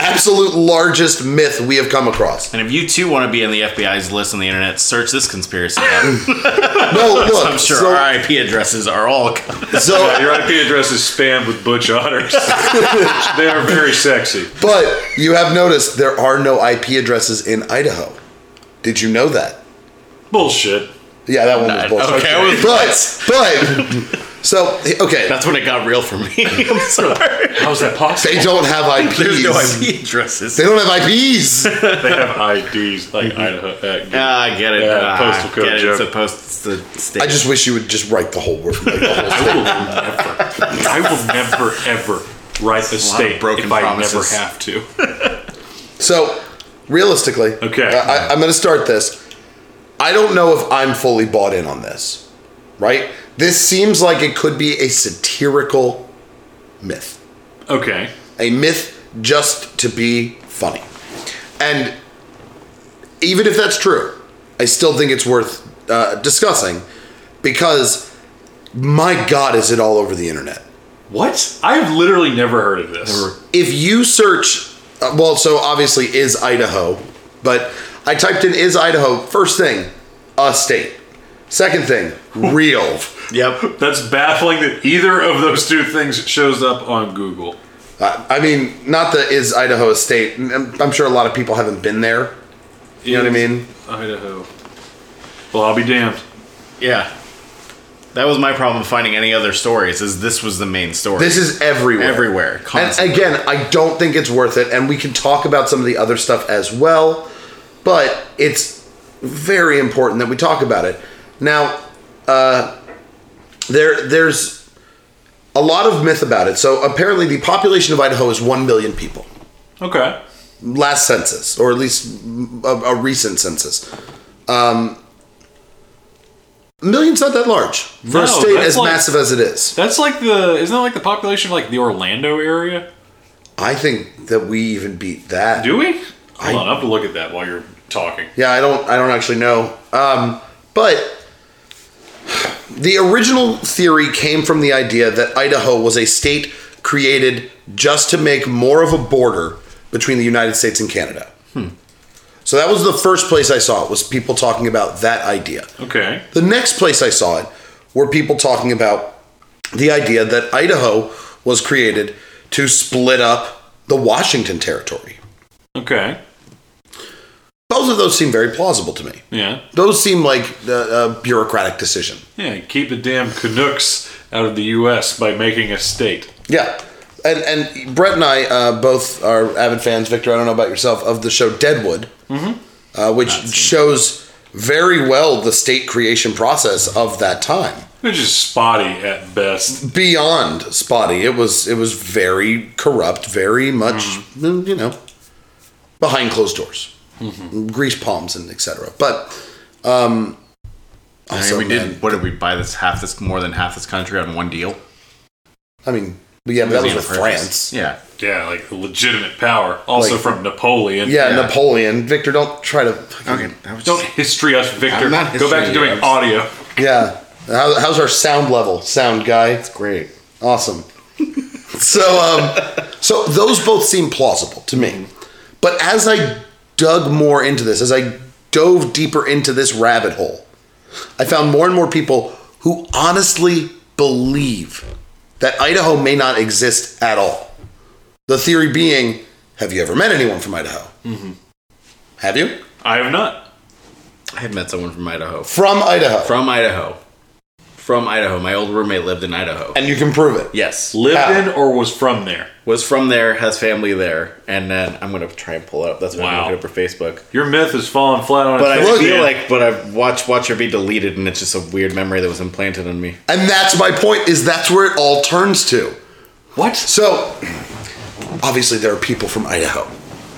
S1: absolute largest myth we have come across.
S5: And if you too want to be on the FBI's list on the internet, search this conspiracy. app.
S1: No, look,
S5: I'm sure
S1: so-
S5: our IP addresses are all.
S1: so
S2: Your IP address is spammed with butch otters. they are very sexy.
S1: But you have noticed there are no IP addresses in Idaho. Did you know that?
S2: Bullshit.
S1: Yeah, that one was bullshit.
S5: okay, I was-
S1: But, but, so, okay,
S5: That's when it got real for me. I'm sorry.
S2: How's that possible?
S1: they don't have IPs.
S5: There's no IP addresses.
S1: They don't have IPs.
S2: They have IDs like Idaho. uh,
S5: Ah, I get it.
S2: Yeah,
S5: Ah,
S2: postal code
S5: get it. It's
S2: joke.
S5: a post. It's the state.
S1: I just wish you would just write the whole word. Like the whole
S2: I will never, I will never ever write the
S5: a lot of
S2: state
S5: broken
S2: if I
S5: promises.
S2: never have to.
S1: so, realistically,
S2: Okay.
S1: I, I- I'm going to start this. I don't know if I'm fully bought in on this, right? This seems like it could be a satirical myth.
S2: Okay.
S1: a myth just to be funny. And even if that's true, I still think it's worth uh, discussing because my God, is it all over the internet?
S2: What? I've literally never heard of this.
S1: If you search, uh, well, so obviously is Idaho, but I typed in is Idaho, first thing, a state. Second thing, real.
S5: Yep.
S2: That's baffling that either of those two things shows up on Google.
S1: Uh, I mean, not the is Idaho a state. I'm I'm sure a lot of people haven't been there. You know what I mean?
S2: Idaho. Well, I'll be damned.
S5: Yeah. That was my problem finding any other stories. Is this was the main story?
S1: This is everywhere.
S5: everywhere.
S1: And
S5: Constantly.
S1: again, I don't think it's worth it, and we can talk about some of the other stuff as well, but it's very important that we talk about it. Now, uh, there there's a lot of myth about it. So apparently, the population of Idaho is one million people.
S2: Okay.
S1: Last census, or at least a, a recent census. Um, a million's not that large for
S2: No,
S1: a state
S2: that's
S1: as
S2: like-
S1: massive as it is.
S2: That's like the isn't that like the population of like the Orlando area?
S1: I think that we even beat that.
S2: Do we? Hold on, I have to look at that while you're talking.
S1: Yeah, I don't I don't actually know. Um, but The original theory came from the idea that Idaho was a state created just to make more of a border between the United States and Canada. So that was the first place I saw it was people talking about that idea.
S2: Okay.
S1: The next place I saw it were people talking about the idea that Idaho was created to split up the Washington territory.
S2: Okay.
S1: Both of those seem very plausible to me.
S2: Yeah.
S1: Those seem like a, a bureaucratic decision.
S2: Yeah. Keep the damn Canucks out of the U.S. by making a state.
S1: Yeah. And, and Brett and I uh, both are avid fans, Victor, I don't know about yourself, of the show Deadwood, uh, which shows very well the state creation process of that time.
S2: Which is spotty at best.
S1: Beyond spotty, it was it was very corrupt, very much mm, you know behind closed doors, Mm-hmm. grease palms and etc. But um,
S5: I
S1: also,
S5: mean, we
S1: man,
S5: did. What did we buy? This half this more than half this country on one deal.
S1: I mean, yeah, but that was
S5: Museum
S1: with
S5: purchase.
S1: France.
S5: Yeah.
S2: Yeah, like legitimate power. Also
S1: Like-
S2: from Napoleon.
S1: Yeah,
S5: Yeah.
S1: Napoleon. Victor, don't try to.
S5: Okay. That was
S2: Don't history us, Victor.
S5: I'm not
S2: Go back to
S5: history,
S2: doing
S5: I'm-
S2: audio.
S1: Yeah. How, how's our sound level, sound guy?
S5: great.
S1: Awesome. so, um, so those both seem plausible to me. But as I dug more into this, as I dove deeper into this rabbit hole, I found more and more people who honestly believe that Idaho may not exist at all. The theory being, have you ever met anyone from Idaho? Have you?
S2: I have not.
S5: I had met someone from Idaho.
S1: From Idaho.
S5: From Idaho. From Idaho. My old roommate lived in Idaho.
S1: and you can prove it.
S5: Yes.
S2: Lived
S1: How?
S2: in or was from there.
S5: Was from there, has family there, and then I'm gonna try and pull it up. That's why
S2: Wow.
S5: I'm looking up her Facebook.
S2: Your myth is falling flat on
S5: But I
S2: its face.
S5: feel
S2: man.
S5: like, but I watch watch her be deleted, and it's just a weird memory that was implanted in me.
S1: And that's my point is that's where it all turns to.
S2: what?
S1: So, obviously, there are people from Idaho.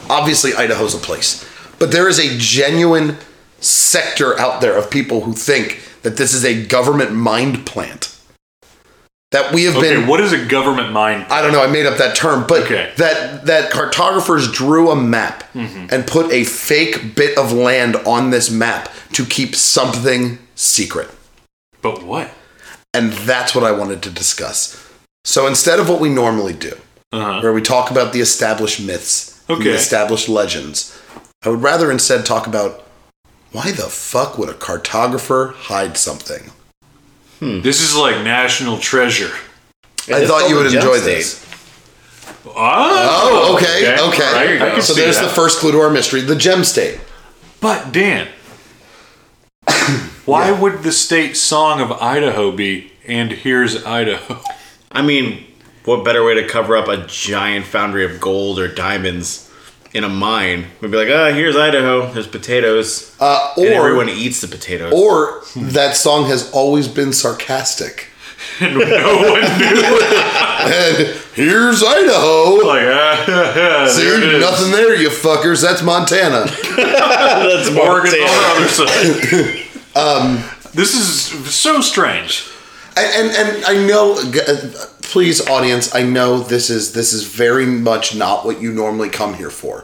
S1: Obviously, Idaho's a place. But there is a genuine sector out there of people who think that this is a government mind plant. That we have
S2: Okay,
S1: been.
S2: what is a government mind?
S1: I don't know. I made up that term, but
S2: Okay.
S1: that that cartographers drew a map and put a fake bit of land on this map to keep something secret.
S2: But what?
S1: And that's what I wanted to discuss. So instead of what we normally do,
S2: Uh huh.
S1: where we talk about the established myths, and
S2: Okay.
S1: the established legends, I would rather instead talk about why the fuck would a cartographer hide something?
S5: Hmm.
S2: This is like national treasure.
S1: I
S5: is
S1: thought you
S5: called
S1: would
S5: the
S1: enjoy
S5: Gem State.
S1: this.
S2: Oh,
S1: Oh, okay, okay.
S2: There you go.
S1: so there's
S2: that.
S1: the first clue to our mystery, the gem state.
S2: But Dan, why would the state song of Idaho be "And Here's Idaho"?
S5: I mean, what better way to cover up a giant foundry of gold or diamonds in a mine? We'd be like, ah, here's Idaho. There's potatoes,
S1: Uh,
S5: and everyone
S1: or
S5: eats the potatoes.
S1: or that song has always been sarcastic.
S2: no one knew.
S1: And here's Idaho.
S2: Like, ah, there it
S1: See,
S2: is.
S1: nothing there, you fuckers. That's Montana.
S5: that's
S2: Oregon's on the other side. Um,
S1: Um,
S2: this is so strange.
S1: and and, and I know. g- uh, Please, audience, I know this is this is very much not what you normally come here for,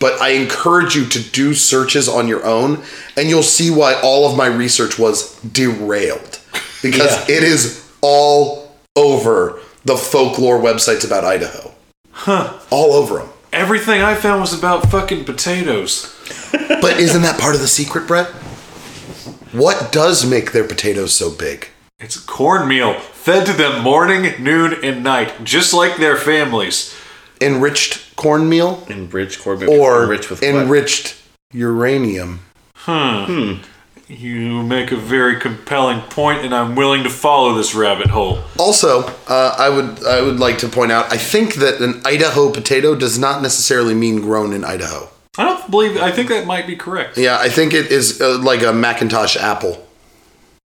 S1: but I encourage you to do searches on your own, and you'll see why all of my research was derailed because it is all over the folklore websites about Idaho. Huh? All over them.
S2: Everything I found was about fucking potatoes.
S1: But isn't that part of the secret, Brett? What does make their potatoes so big?
S2: It's cornmeal fed to them morning, noon, and night, just like their families.
S1: Enriched cornmeal
S5: Enriched Corbin
S1: or
S5: enriched with what?
S1: enriched uranium.
S2: You make a very compelling point, and I'm willing to follow this rabbit hole.
S1: Also, uh, I would I would like to point out I think that an Idaho potato does not necessarily mean grown in Idaho.
S2: I don't believe. I think that might be correct.
S1: Yeah, I think it is uh, like a Macintosh apple.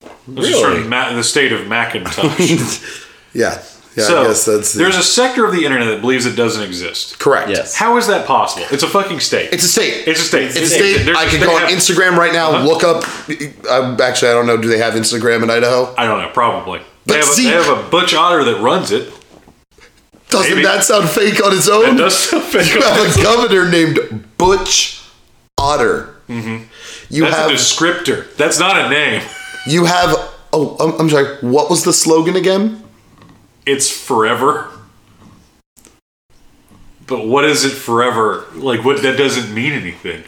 S2: This is from Ma- the state of Macintosh.
S1: Yeah, yeah.
S2: so
S1: I guess that's the-
S2: there's a sector of the internet that believes it doesn't exist.
S1: correct.
S5: Yes.
S2: How is that possible? It's a fucking state.
S1: It's a state.
S2: It's a state.
S1: It's a
S2: There's-
S1: state.
S2: there's-
S1: I could
S2: they
S1: go on
S2: have- Uh-huh.
S1: Instagram right now. Look up. i actually, I don't know. Do they have Instagram in Idaho?
S2: I don't know. Probably. They
S1: But
S2: have, a,
S1: see-
S2: they have a butch otter that runs it.
S1: Doesn't
S2: Maybe.
S1: that sound fake on its own?
S2: It does something.
S1: You have a governor named Butch Otter. You
S2: Mm-hmm. That's a
S1: have
S2: descriptor. That's not a name.
S1: You have Oh, I'm, I'm sorry. What was the slogan again?
S2: It's forever. But what is it forever? Like what that doesn't mean anything.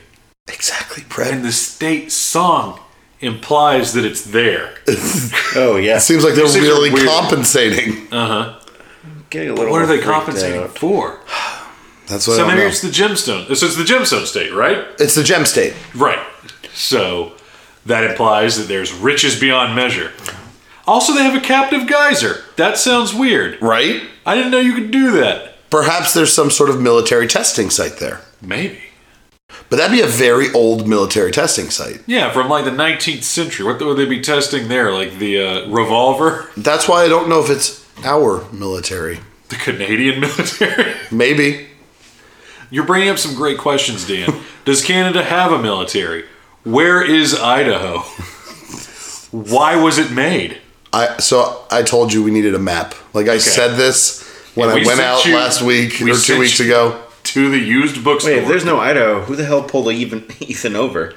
S1: Exactly, Brett.
S2: And the state song implies that it's there.
S5: Oh yeah.
S1: Seems like they're
S2: These things are
S1: really
S2: weird.
S1: compensating.
S5: Getting a little
S2: What are they
S5: freaked
S2: compensating
S5: out.
S2: for?
S1: That's what
S2: So
S1: I
S2: maybe
S1: don't know.
S2: it's the gemstone. So it's the gemstone state, right?
S1: It's the gem state.
S2: Right. So that implies that there's riches beyond measure. Also, they have a captive geyser. That sounds weird.
S1: Right?
S2: I didn't know you could do that.
S1: Perhaps there's some sort of military testing site there.
S2: Maybe.
S1: But that'd be a very old military testing site.
S2: Yeah, from like the 19th century. What would they be testing there? Like the uh, revolver?
S1: That's why I don't know if it's our military.
S2: The Canadian military?
S1: Maybe.
S2: You're bringing up some great questions, Dan. Does Canada have a military? Where is Idaho? Why was it made?
S1: I so I told you we needed a map. Like I said this when
S2: And
S1: I
S2: we
S1: went
S2: sent
S1: out
S2: you-
S1: last week
S2: we
S1: or two
S2: sent
S1: weeks
S2: you-
S1: ago.
S2: To the used bookstore.
S5: Wait, if there's no Idaho, who the hell pulled even Ethan over?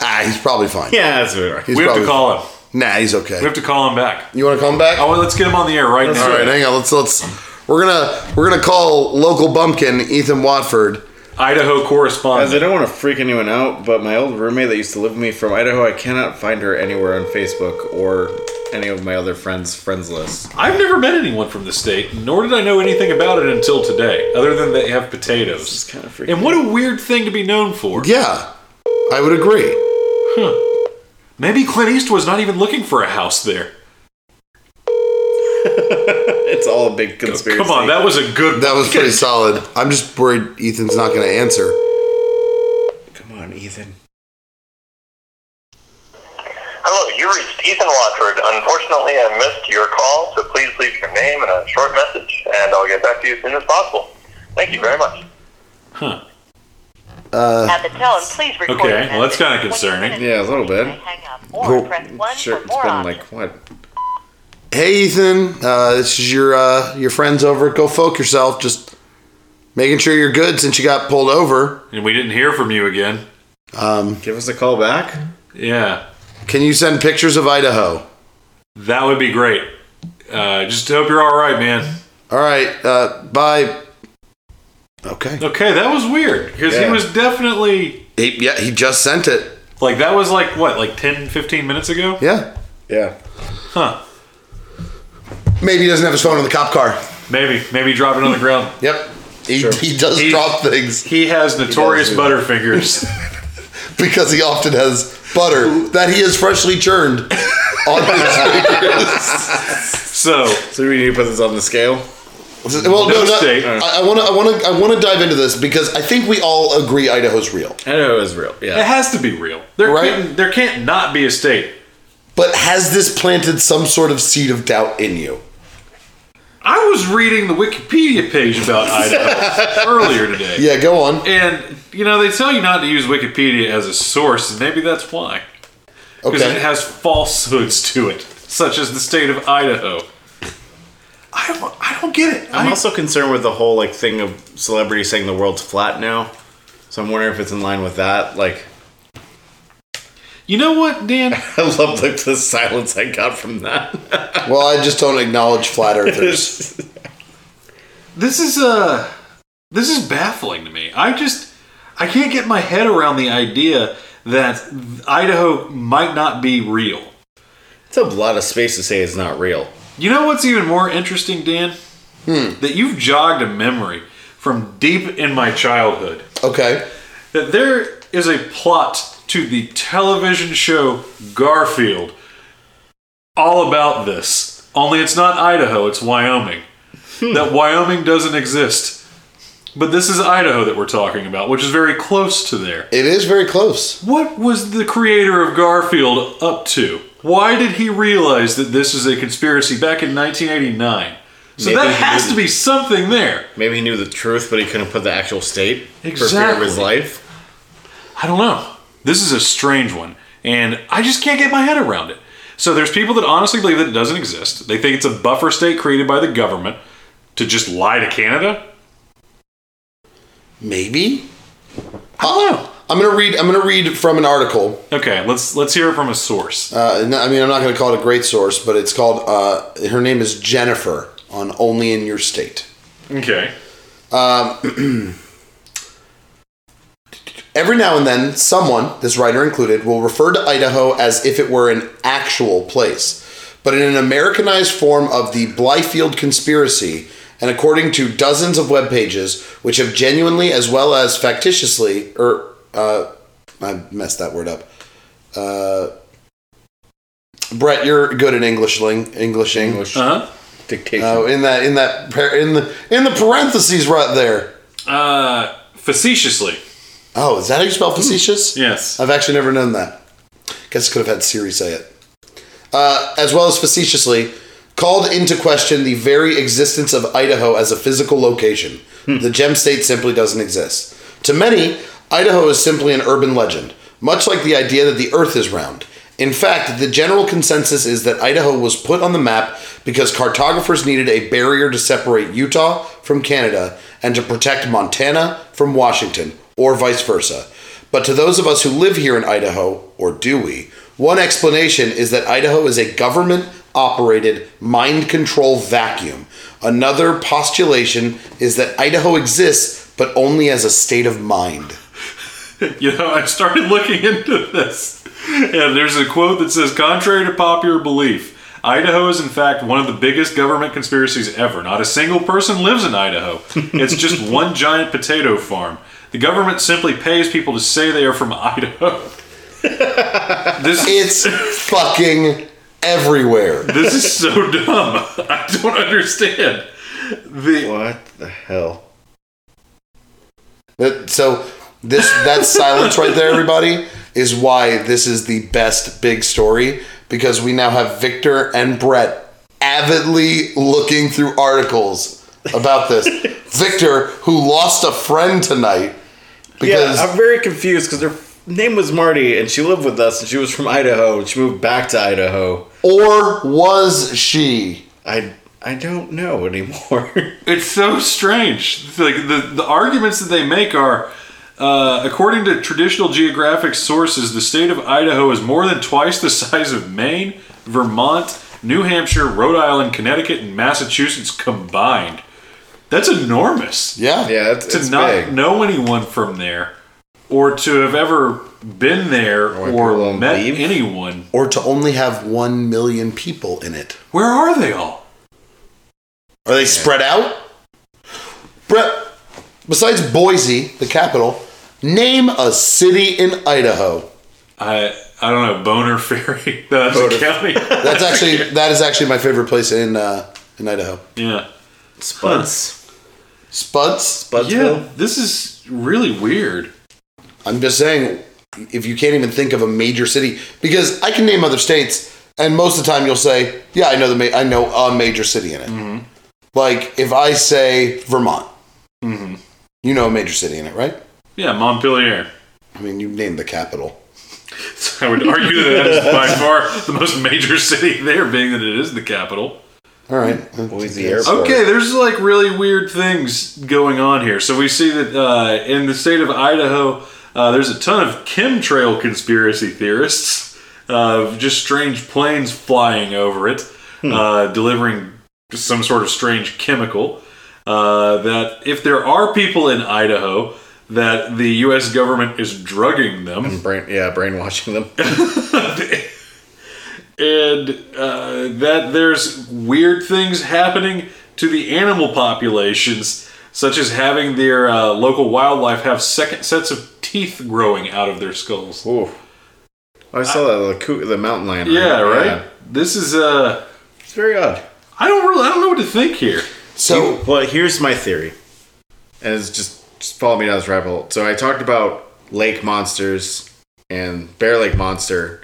S1: Ah, he's probably fine.
S5: Yeah, that's what
S1: He's
S2: we have to
S1: probably-
S2: call him.
S1: Nah, he's okay.
S2: We have to call him back.
S1: you want to come back?
S2: Oh, well, let's get him on the air right now.
S1: All right, hang on. Let's let's we're gonna we're gonna call local bumpkin Ethan Watford.
S2: Idaho
S5: Guys, I
S2: correspondent.
S5: don't want to freak anyone out, but my old roommate that used to live with me from Idaho, I cannot find her anywhere on Facebook or any of my other friends' friends list.
S2: I've never met anyone from the state, nor did I know anything about it until today, other than they have potatoes.
S5: This is kind of freaking.
S2: and what a weird thing to be known for.
S1: Yeah, I would agree.
S2: Maybe Clint Eastwood's not even looking for a house there.
S5: It's all a big conspiracy.
S2: Come on, that was a good.
S1: That was pretty solid. I'm just worried Ethan's not gonna answer.
S5: Come on, Ethan.
S7: Hello, you reached Ethan Watford. Unfortunately, I missed your call, so please leave your name and a short message, and I'll get back to you as soon as possible. Thank you very much.
S2: Huh.
S9: At the tone, please record.
S2: Okay,
S9: your
S2: well, that's
S9: message.
S2: kinda
S9: When you
S2: concerning.
S5: Uh,
S9: finish,
S5: Yeah, a little
S9: please
S5: bit.
S9: Hang up or
S1: Well,
S9: press one
S5: Sure,
S9: for
S5: it's
S9: more
S5: been
S9: options.
S5: like what?
S1: Hey Ethan, uh, this is your uh, your friends over at Go Folk Yourself. Just making sure you're good since you got pulled over.
S2: And we didn't hear from you again.
S1: Um,
S5: Give us a call back.
S2: Yeah,
S1: can you send pictures of Idaho?
S2: that would be great. Uh, just hope you're all right, man.
S1: All right, uh, bye. Okay.
S2: Okay, that was weird because he
S5: Yeah.
S2: was definitely
S1: He, yeah, he just sent it.
S2: like that was like what like 10, 15 minutes ago.
S1: Yeah.
S5: Yeah.
S2: Huh?
S1: Maybe he doesn't have his phone in the cop car.
S2: Maybe maybe drop it on the ground.
S1: Yep. He, he does
S2: He-
S1: drop things
S2: He has notorious
S5: do
S2: butterfingers.
S1: because he often has butter that he has freshly churned on his
S2: so
S5: So we need to put this on the scale.
S1: fingers. well, no,
S2: No
S1: no
S2: state.
S1: I want to, I want to, I want to dive into this because I think we all agree Idaho's real.
S5: Idaho is real. Yeah.
S2: it has to be real. There
S1: Right.
S2: can't, there can't not be a state.
S1: But has this planted some sort of seed of doubt in you?
S2: I was reading the Wikipedia page about Idaho earlier today.
S1: Yeah, go on.
S2: And you know they tell you not to use Wikipedia as a source, and maybe that's why. because it
S1: Okay.
S2: has falsehoods to it, such as the state of Idaho. I don't, I don't get it.
S5: I'm
S2: I-
S5: also concerned with the whole like thing of celebrities saying the world's flat now. So I'm wondering if it's in line with that. Like,
S2: you know what, Dan?
S5: I love like the silence I got from that.
S1: well, I just don't acknowledge flat earthers.
S2: This is uh, this is baffling to me. I just I can't get my head around the idea that Idaho might not be real.
S5: It's a lot of space to say it's not real.
S2: You know what's even more interesting, Dan? That you've jogged a memory from deep in my childhood.
S1: Okay.
S2: that there is a plot to the television show Garfield all about this. Only it's not Idaho, it's Wyoming.
S5: Hmm.
S2: that Wyoming doesn't exist. But this is Idaho that we're talking about, which is very close to there.
S1: It is very close.
S2: What was the creator of Garfield up to? Why did he realize that this is a conspiracy back in 1989? So
S5: Maybe
S2: that
S5: he
S2: has to
S5: didn't.
S2: be something there.
S5: Maybe he knew the truth, but he couldn't put the actual state for fear of his
S2: Exactly.
S5: life.
S2: I don't know. This is a strange one, and I just can't get my head around it. So there's people that honestly believe that it doesn't exist. They think it's a buffer state created by the government to just lie to Canada.
S1: Maybe.
S2: I don't know.
S1: I'm gonna read. I'm gonna read from an article.
S2: Okay, let's let's hear it from a source.
S1: Uh, no, I mean, I'm not gonna call it a great source, but it's called. Uh, her name is Jennifer on Only in Your State.
S2: okay.
S1: Every now and then, someone, this writer included, will refer to Idaho as if it were an actual place, but in an Americanized form of the Blyfield conspiracy, and according to dozens of web pages, which have genuinely as well as factitiously, or uh, I messed that word up. Uh, Brett, you're good at Englishling, Englishing.
S2: Uh
S5: Dictation.
S1: Oh, in that, in that, par- in the, in the parentheses right there.
S2: huh. Uh, facetiously.
S1: Oh, is that how you spell facetious?
S2: Yes.
S1: I've actually never known that. Guess I could have had Siri say it. Uh, as well as facetiously, called into question the very existence of Idaho as a physical location. The gem state simply doesn't exist. To many, Idaho is simply an urban legend, much like the idea that the earth is round. In fact, the general consensus is that Idaho was put on the map because cartographers needed a barrier to separate Utah from Canada and to protect Montana from Washington, or vice versa. But to those of us who live here in Idaho, or do we, one explanation is that Idaho is a government operated mind control vacuum. Another postulation is that Idaho exists, but only as a state of mind.
S2: You know, I started looking into this, and there's a quote that says, "Contrary to popular belief." Idaho is in fact one of the biggest government conspiracies ever. Not a single person lives in Idaho. It's just one giant potato farm. The government simply pays people to say they are from Idaho. this
S1: It's fucking everywhere.
S2: this is so dumb. I don't understand. The
S5: what the hell?
S1: That- So this that silence right there, everybody, is why this is the best big story because we now have Victor and Brett avidly looking through articles about this. Victor, who lost a friend tonight
S5: Yeah,
S1: because
S5: I'm very confused because her name was Marty, and she lived with us, and she was from Idaho, and she moved back to Idaho.
S1: or was she?
S5: I I don't know anymore.
S2: It's so strange. It's Like the, the arguments that they make are, uh, according to traditional geographic sources, the state of Idaho is more than twice the size of Maine, Vermont, New Hampshire, Rhode Island, Connecticut, and Massachusetts combined. That's enormous.
S1: Yeah.
S5: yeah, it's,
S2: to
S5: it's
S2: not
S5: big.
S2: know anyone from there, or to have ever been there
S5: Or
S2: or,
S5: people don't
S2: met
S5: leave.
S2: anyone.
S1: Or to only have one million people in it.
S2: Where are they all?
S1: Are they spread out? Brett, besides Boise, the capital, name a city in Idaho.
S2: I I don't know. Boner Ferry. No, that's a county.
S1: That's actually that is actually my favorite place in uh, in Idaho.
S2: yeah.
S5: Spuds.
S1: Spuds.
S5: Spudsville.
S2: Yeah, this is really weird.
S1: I'm just saying, if you can't even think of a major city, because I can name other states, and most of the time you'll say, "Yeah, I know the ma- I know a major city in it." Like if I say Vermont, you know a major city in it, right?
S2: Yeah, Montpelier.
S1: I mean, you named the capital.
S2: I would argue that that is by far the most major city there, being that it is the capital.
S1: All right,
S5: Boise Airport.
S2: Okay, there's like really weird things going on here. So we see that uh, in the state of Idaho, uh, there's a ton of chemtrail conspiracy theorists uh, of just strange planes flying over it, uh, delivering some sort of strange chemical. Uh, that if there are people in Idaho, that the U.S. government is drugging them.
S5: Brain, yeah, brainwashing them.
S2: and uh, that there's weird things happening to the animal populations, such as having their uh, local wildlife have second sets of teeth growing out of their skulls.
S5: Ooh. I saw that the, coo- the mountain lion. right?
S2: Yeah, right. This is uh,
S5: It's very odd.
S2: I don't really, I don't know what to think here.
S1: so
S5: Well, here's my theory, and it's just just follow me down this rabbit hole. So I talked about lake monsters and bear lake monster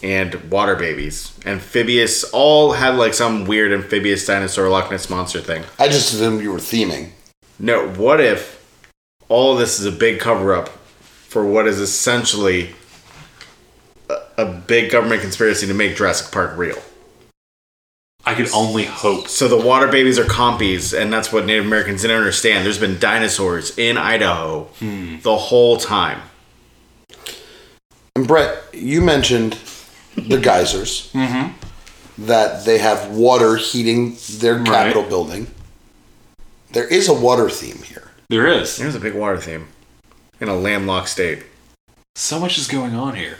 S5: and water babies, amphibious. All had like some weird amphibious dinosaur Loch Ness monster thing.
S1: I just assumed you were theming.
S5: No, what if all this is a big cover up for what is essentially a, a big government conspiracy to make Jurassic Park real?
S2: I could only hope.
S5: So the water babies are compies, and that's what Native
S2: Hmm.
S5: Americans didn't understand. There's been dinosaurs in Idaho the whole time.
S1: And Brett, you mentioned the geysers.
S2: Mm-hmm.
S1: That they have water heating their Capitol building. There is a water theme here.
S2: There is.
S5: There's a big water theme in a landlocked state.
S2: So much is going on here.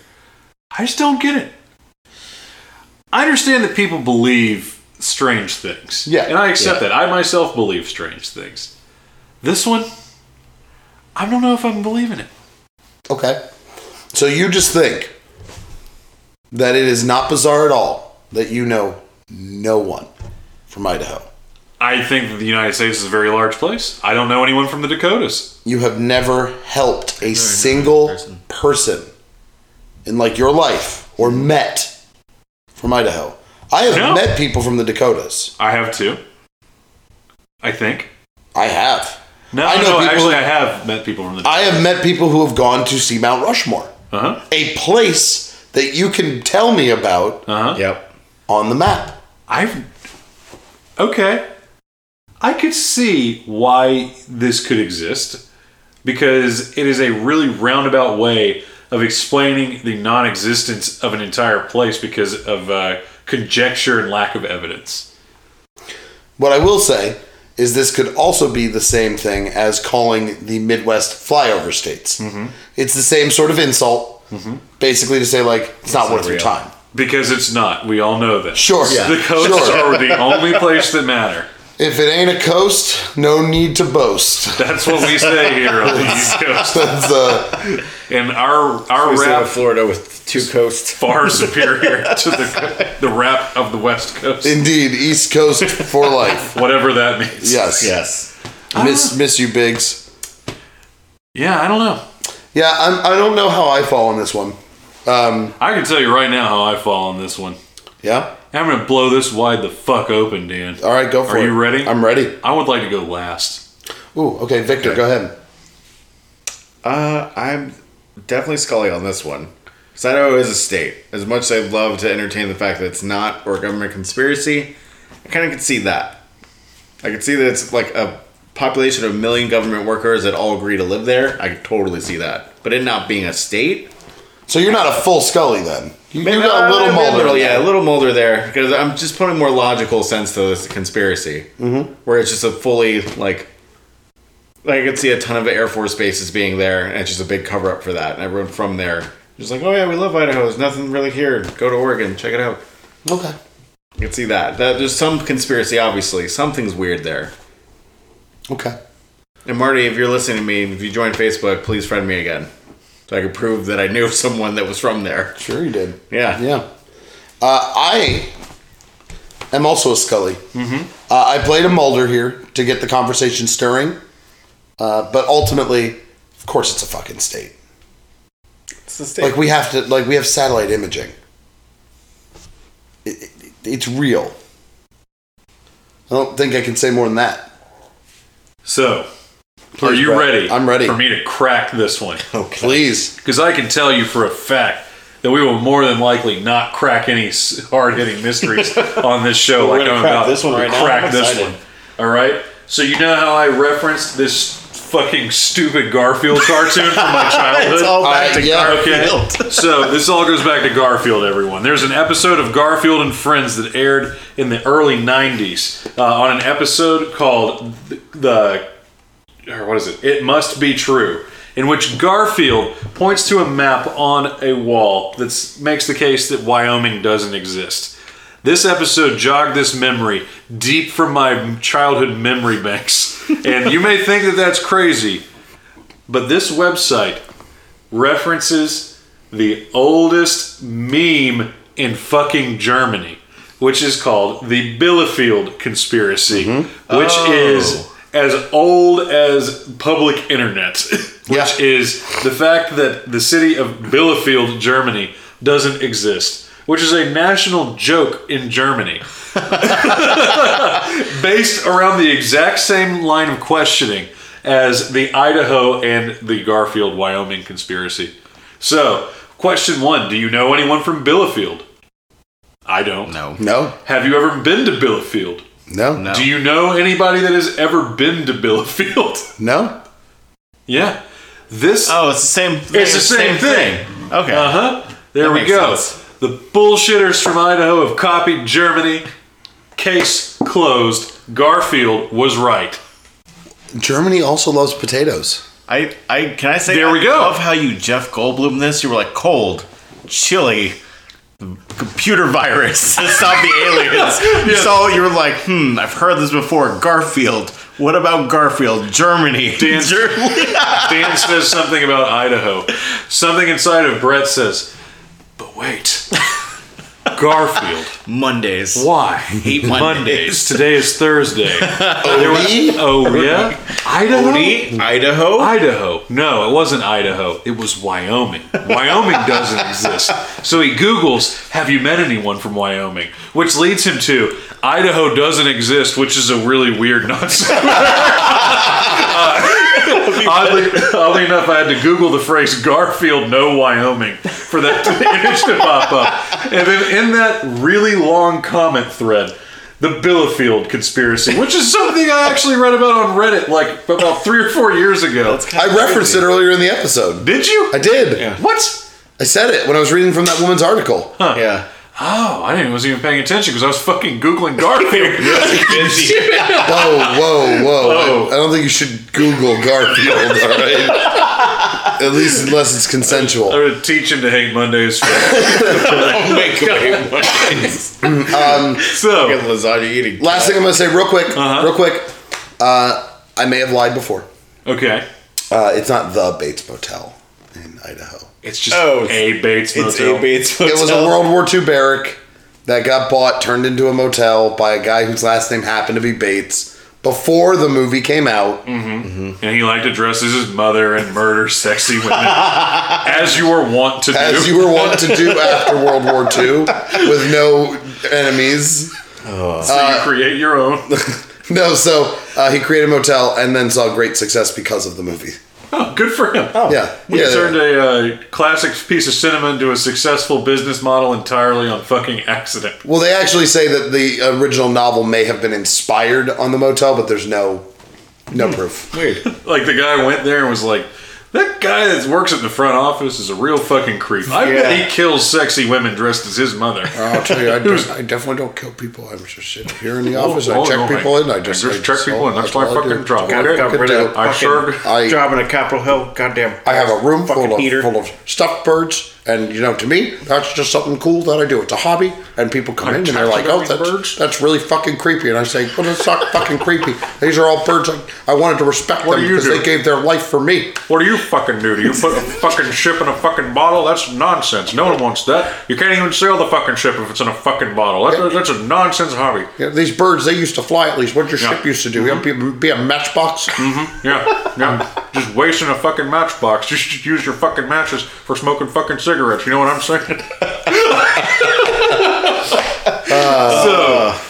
S2: I just don't get it. I understand that people believe strange things.
S1: Yeah,
S2: And I accept
S1: yeah.
S2: that. I myself believe strange things. This one, I don't know if I'm believing it.
S1: Okay. So you just think that it is not bizarre at all that you know no one from Idaho.
S2: I think that the United States is a very large place. I don't know anyone from the Dakotas.
S1: You have never helped a single person. in like your life or met from Idaho. I have
S2: No.
S1: met people from the Dakotas.
S2: I have two. I think.
S1: I have.
S2: No,
S1: I know
S2: no,
S1: people-
S2: actually, I have met people from the
S1: I have met people who have gone to see Mount Rushmore,
S2: Uh huh.
S1: a place that you can tell me about
S2: Uh huh.
S5: Yep.
S1: on the map.
S2: I've okay. I could see why this could exist because it is a really roundabout way of explaining the non-existence of an entire place because of uh, conjecture and lack of evidence.
S1: What I will say is this could also be the same thing as calling the Midwest flyover states.
S2: Mm-hmm.
S1: It's the same sort of insult, basically to say like it's, not worth your
S5: real.
S1: time.
S2: Because it's not. We all know that.
S1: Sure. Yeah.
S2: The coasts
S1: Sure.
S2: are the only place that matter.
S1: If it ain't a coast, no need to boast.
S2: That's what we say here on the East Coast.
S1: That's uh,
S2: And our our
S5: We
S2: rap
S5: of Florida with two coasts.
S2: far superior to the the rap of the West Coast.
S1: indeed East Coast for life.
S2: Whatever that means.
S1: Yes,
S5: Yes.
S1: Miss miss you, Biggs.
S2: Yeah, I don't know.
S1: Yeah, I'm, I don't know how I fall on this one. Um,
S2: I can tell you right now how I fall on this one.
S1: yeah.
S2: I'm gonna blow this wide the fuck open, Dan.
S1: All right, go for
S2: Are
S1: it.
S2: you ready?
S1: I'm ready.
S2: I would like to go last.
S1: Ooh, okay, Victor, go ahead.
S5: Uh, I'm definitely Scully on this one. 'Cause Idaho is a state. As much as I'd love to entertain the fact that it's not or a government conspiracy, I kind of could see that. I could see that it's like a population of a million government workers that all agree to live there. I could totally see that. But it not being a state,
S1: So you're not a full Scully then. You, you
S5: Uh, Maybe
S1: got a little Mulder.
S5: yeah, a little Mulder there because I'm just putting more logical sense to this conspiracy, mm-hmm. where it's just a fully like, like I could see a ton of Air Force bases being there, and it's just a big cover up for that, and everyone from there just like, oh yeah, we love Idaho. There's nothing really here. Go to Oregon, check it out.
S1: Okay.
S5: You can see that. that there's some conspiracy, obviously. Something's weird there.
S1: Okay.
S5: And Marty, if you're listening to me, if you join Facebook, please friend me again, so I could prove that I knew someone that was from there.
S1: Sure, you did.
S5: Yeah.
S1: Yeah. Uh, I am also a Scully. Mm-hmm. Uh, I played a Mulder here to get the conversation stirring, uh, but ultimately, of course, it's a fucking state.
S5: It's a state.
S1: Like we have to, like we have satellite imaging. It, it, it's real. I don't think I can say more than that.
S2: So, are
S1: Please,
S2: you
S1: Brett.
S2: ready?
S1: I'm ready. Oh,
S2: for me to crack this one
S1: Please.
S2: because I can tell you for a fact that we will more than likely not crack any hard hitting mysteries on this show.
S5: We're
S2: like
S5: gonna
S2: I'm
S5: crack
S2: about
S5: this one
S2: to
S5: right now.
S2: crack
S5: I'm
S2: this
S5: excited.
S2: one. All right. So you know how I referenced this fucking stupid Garfield cartoon from my childhood.
S5: it's all back
S1: Uh,
S5: to
S1: yeah.
S2: Okay.
S5: Garfield.
S2: so this all goes back to Garfield, everyone. There's an episode of Garfield and Friends that aired in the early '90s uh, on an episode called th- the, or what is it? It must be true. In which Garfield points to a map on a wall that makes the case that Wyoming doesn't exist. This episode jogged this memory deep from my childhood memory banks. And you may think that that's crazy, but this website references the oldest meme in fucking Germany, which is called the Bielefield conspiracy, which is as old as public internet, which
S1: Yeah.
S2: is the fact that the city of Bielefield, Germany, doesn't exist. Which is a national joke in Germany, based around the exact same line of questioning as the Idaho and the Garfield, Wyoming conspiracy. So, question one Do you know anyone from Billafield? I don't.
S5: No.
S1: No.
S2: Have you ever been to Billafield?
S1: No. No.
S5: No.
S2: Do you know anybody that has ever been to Billafield? yeah. This
S5: Oh, it's the Uh-huh. same.
S2: it's the same, thing.
S5: Okay.
S2: Uh huh. There
S5: That
S2: we
S5: makes
S2: go.
S5: sense.
S2: The bullshitters from Idaho have copied Germany. Case closed. Garfield was right.
S1: Germany also loves potatoes.
S5: I, I can I say
S2: There we
S5: I
S2: go.
S5: love how you Jeff Goldblum this. You were like cold, chilly, computer virus to stop the aliens. You saw you were like, hmm, I've heard this before. Garfield. What about Garfield? Germany.
S2: Dan-
S5: Germany.
S2: Dan says something about Idaho. Something inside of Brett says, but wait. Garfield.
S5: Mondays.
S2: Why?
S5: Hate Mondays.
S2: Today is Thursday.
S1: Odie?
S2: Oh, yeah? Idaho?
S5: Idaho.
S2: Idaho. No, it wasn't Idaho. It was Wyoming. Wyoming doesn't exist. So he Googles, have you met anyone from Wyoming? Which leads him to, Idaho doesn't exist, which is a really weird nonsense. oddly, oddly enough, I had to Google the phrase Garfield, no Wyoming for that image to pop up. And then in that really long comment thread, the Billafield conspiracy, which is something I actually read about on Reddit like about three or four years ago.
S1: I referenced it earlier in the episode.
S2: Did you?
S1: I did.
S2: What?
S1: I said it when I was reading from that woman's article.
S5: Yeah.
S2: Oh, I didn't wasn't even paying attention because I was fucking googling Garfield.
S1: Whoa, whoa, whoa.
S2: Oh.
S1: I, I don't think you should Google Garfield, all right? At least unless it's
S2: I
S1: consensual.
S2: would teach him to hate Mondays.
S5: Make away Mondays.
S2: So
S5: Lasagna eating.
S1: Last thing I'm going to say, real quick, real quick. Uh, I may have lied before.
S2: okay,
S1: Uh, it's not the Bates Motel in Idaho.
S2: it's just
S5: Oh,
S2: a Bates Motel.
S5: It's a Bates
S1: It was a
S5: Motel.
S1: World War II barrack that got bought, turned into a motel by a guy whose last name happened to be Bates before the movie came out.
S2: And he liked to dress as his mother and murder sexy women, as you are wont to
S1: As
S2: do.
S1: you were wont to do after World War II, with no enemies.
S2: so
S1: uh,
S2: you create your own.
S1: No, so uh, he created a motel and then saw great success because of the movie.
S2: Oh, good for him.
S1: Yeah,
S2: He
S1: yeah.
S2: turned a uh, classic piece of cinema into a successful business model entirely on fucking accident.
S1: Well, they actually say that the original novel may have been inspired on the motel, but there's no,
S2: Hmm.
S1: no proof.
S5: Weird.
S2: Like the guy went there and was like, "That guy that works at the front office is a real fucking creep. I bet
S5: Yeah.
S2: he kills sexy women dressed as his mother."
S1: I'll tell you, I, de- I definitely don't kill people. I'm just shit here in the office. I
S2: oh,
S1: check
S2: no, I-
S1: people in. I just,
S2: I just check people in. That's
S1: all
S2: my
S1: I do.
S2: fucking job.
S1: That's all I
S2: Got-
S1: could
S5: rid
S1: do.
S5: of
S2: I served.
S1: I-
S5: job in a Capitol Hill. Goddamn.
S1: I have a room
S5: Fucking
S1: full of,
S5: heater.
S1: full of stuffed birds, and you know, to me, that's just something cool that I do. It's a hobby, and people come in and they're like, "Oh,
S2: taxidermy
S1: that's,
S2: birds?
S1: that's really fucking creepy," and I say, "Well, that's not fucking creepy. These are all birds. I, I wanted to respect
S2: What
S1: them
S2: do you
S1: because
S2: do?
S1: they gave their life for me."
S2: What do you fucking do? Do you put a fucking ship in a fucking bottle? That's nonsense. No one wants that. You can't even sell the fucking ship if it's in a fucking bottle. That's, a, that's a nonsense hobby.
S1: You know, these birds, they used to fly at least. What your
S2: Yeah. Mm-hmm.
S1: ship used to do? You know, be, be a matchbox.
S2: Yeah, yeah. Just wasting a fucking matchbox. You should use your fucking matches for smoking fucking cigarettes. You know what I'm saying?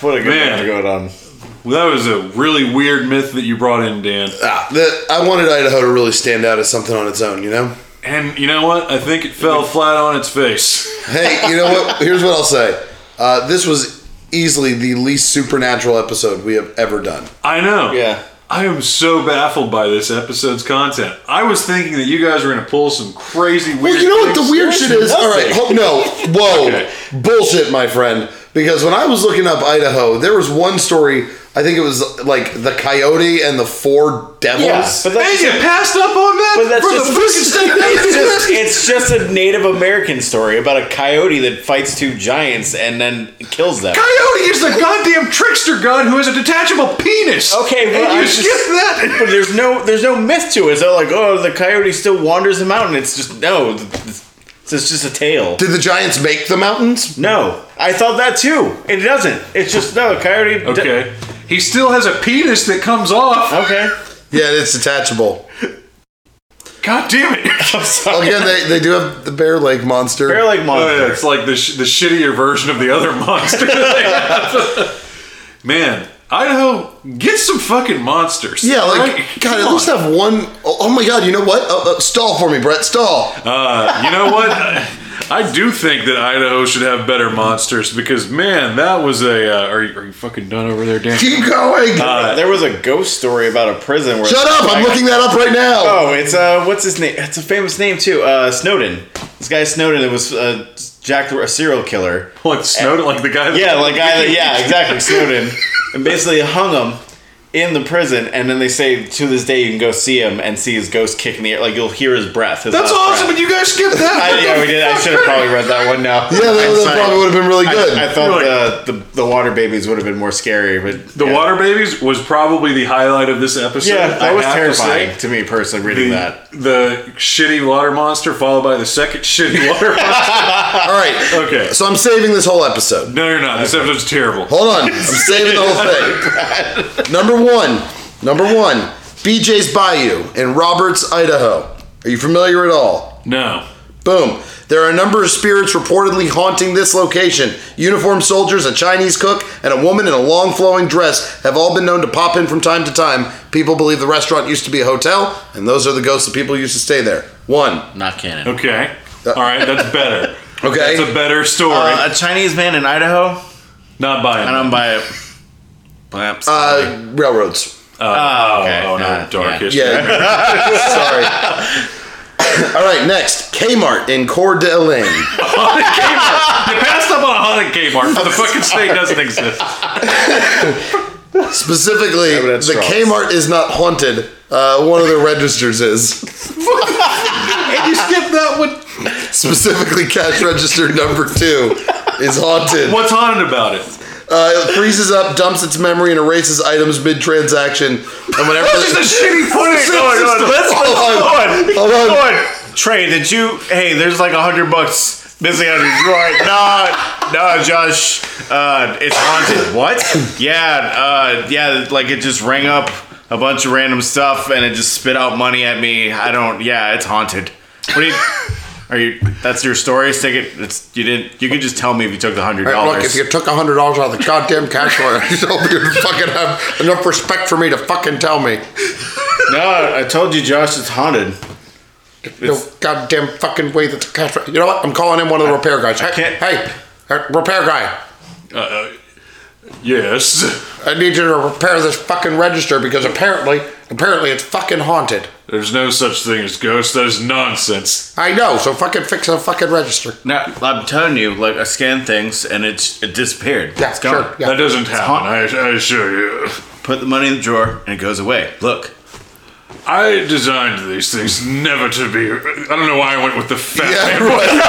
S5: What a good
S2: Man.
S5: one to go on.
S2: so that was a really weird myth that you brought in, Dan.
S1: Ah, the- I wanted Idaho to really stand out as something on its own. You know.
S2: And you know what? I think it fell flat on its face.
S1: Hey, you know what? Here's what I'll say. Uh, this was easily the least supernatural episode we have ever done.
S2: I know.
S5: Yeah.
S2: I am so baffled by this episode's content. I was thinking that you guys were going to pull some crazy weird.
S1: Well, you know what the
S2: things.
S1: weird shit is? All right, ho- no, whoa,
S2: Okay.
S1: bullshit, my friend. Because when I was looking up Idaho, there was one story. I think it was like the coyote and the four devils.
S5: but
S2: Hey,
S5: that's
S2: you passed up on that?
S5: But that's
S2: For
S5: just,
S2: the fucking state that
S5: it's
S2: exists?
S5: just it's just a Native American story about a coyote that fights two giants and then kills them.
S2: Coyote is the goddamn trickster god who has a detachable penis.
S5: Okay, well,
S2: and you
S5: I just-
S2: skip that.
S5: But there's no there's no myth to it. It's not like oh the coyote still wanders the mountain. It's just no. It's, it's just a tale.
S1: Did the giants make the mountains?
S5: No, I thought that too. It doesn't. It's just no coyote. d-
S2: Okay, he still has a penis that comes off.
S5: okay.
S1: Yeah, it's detachable.
S2: God damn it!
S5: I'm sorry.
S1: Again, they, they do have the bear lake monster.
S5: Bear like monster.
S2: Oh, yeah, it's like the, sh- the shittier version of the other monster. they have. Man, Idaho, get some fucking monsters.
S1: Yeah, like
S2: Right?
S1: God,
S2: Come
S1: at least
S2: on.
S1: have one oh oh my God, you know what? Uh, uh, stall for me, Brett. Stall.
S2: Uh, you know what? I do think that Idaho should have better monsters because man, that was a. Uh, are, you, are you fucking done over there, Dan?
S1: Keep going.
S2: Uh,
S5: there was a ghost story about a prison where
S1: Shut up! I'm looking that up right now.
S5: Oh, it's uh, what's his name? It's a famous name too. Uh, Snowden. This guy Snowden that was uh, Jack the a serial killer.
S2: What Snowden? like the guy? That
S5: Yeah, like guy that yeah, exactly Snowden, and basically hung him in the prison, and then they say to this day you can go see him and see his ghost kicking the air. Like you'll hear his breath. his
S2: That's
S5: last
S2: awesome.
S5: breath.
S2: But you guys skipped that.
S5: I, yeah, we did. I should have probably read that one now.
S1: Yeah, that, that probably would have been really good.
S5: I, I thought the, the the water babies would have been more scary, but
S2: The
S5: yeah.
S2: Water Babies was probably the highlight of this episode.
S5: Yeah, that
S2: I
S5: was
S2: have to
S5: terrifying
S2: say.
S5: to, me personally reading
S2: The,
S5: that.
S2: the shitty water monster followed by the second shitty water monster.
S1: All right.
S2: Okay.
S1: So I'm saving this whole episode.
S2: No, you're not. This episode's terrible.
S1: Hold on. I'm saving the whole thing. Number one. Number one. BJ's Bayou in Roberts, Idaho. Are you familiar at all?
S2: No.
S1: Boom. There are a number of spirits reportedly haunting this location. Uniformed soldiers, a Chinese cook, and a woman in a long flowing dress have all been known to pop in from time to time. People believe the restaurant used to be a hotel, and those are the ghosts of people who used to stay there. One.
S5: Not canon.
S2: Okay. All right. That's better.
S1: Okay.
S2: That's a better story.
S5: Uh, a Chinese man in Idaho.
S2: not buying.
S5: I
S2: it.
S5: don't buy it. Perhaps.
S1: Uh, railroads.
S5: oh, okay.
S2: oh no,
S5: uh,
S2: dark history.
S1: Yeah. Sorry. All right, next Kmart in Coeur d'Alene.
S2: Haunted Kmart. You passed up on a haunted Kmart. The fucking state doesn't exist.
S1: Specifically,
S5: but
S1: the
S5: that's wrong.
S1: Kmart is not haunted. Uh, one of their registers is.
S5: You skipped that one.
S1: Specifically, cash register number two is haunted.
S2: What's haunted about it?
S1: Uh, it freezes up, dumps its memory, and erases items mid transaction. And whenever.
S2: shitty footage
S1: hold on. Hold on.
S5: Trey, did you? Hey, there's like a hundred bucks missing out of your drawer. No, no, Josh. Uh, it's haunted. What? Yeah, uh, yeah. Like it just rang up a bunch of random stuff and it just spit out money at me. I don't. Yeah, it's haunted. What do you? Are you? That's your story. Stick it. It's you didn't. You could just tell me if you took the hundred
S1: All right, look, if
S5: dollars.
S1: you took $100 out of the goddamn cash register, I hope you fucking have enough respect for me to fucking tell me.
S5: No, I told you, Josh. It's haunted.
S1: no goddamn fucking way that the cash. You know what? I'm calling in one of the repair guys. Hey,
S5: can't-
S1: hey, uh, repair guy.
S2: Uh, yes.
S1: I need you to repair this fucking register because apparently, apparently it's fucking haunted.
S2: There's no such thing as ghosts. That is nonsense.
S1: I know, so fucking fix the fucking register.
S5: No, I'm telling you. Like I scanned things and it's it disappeared.
S1: Yeah,
S5: it's gone.
S1: sure. Yeah.
S2: That doesn't happen. I, I assure you.
S5: Put the money in the drawer and it goes away. Look.
S2: I designed these things never to be. I don't know why I went with the fat
S1: Yeah,
S2: man.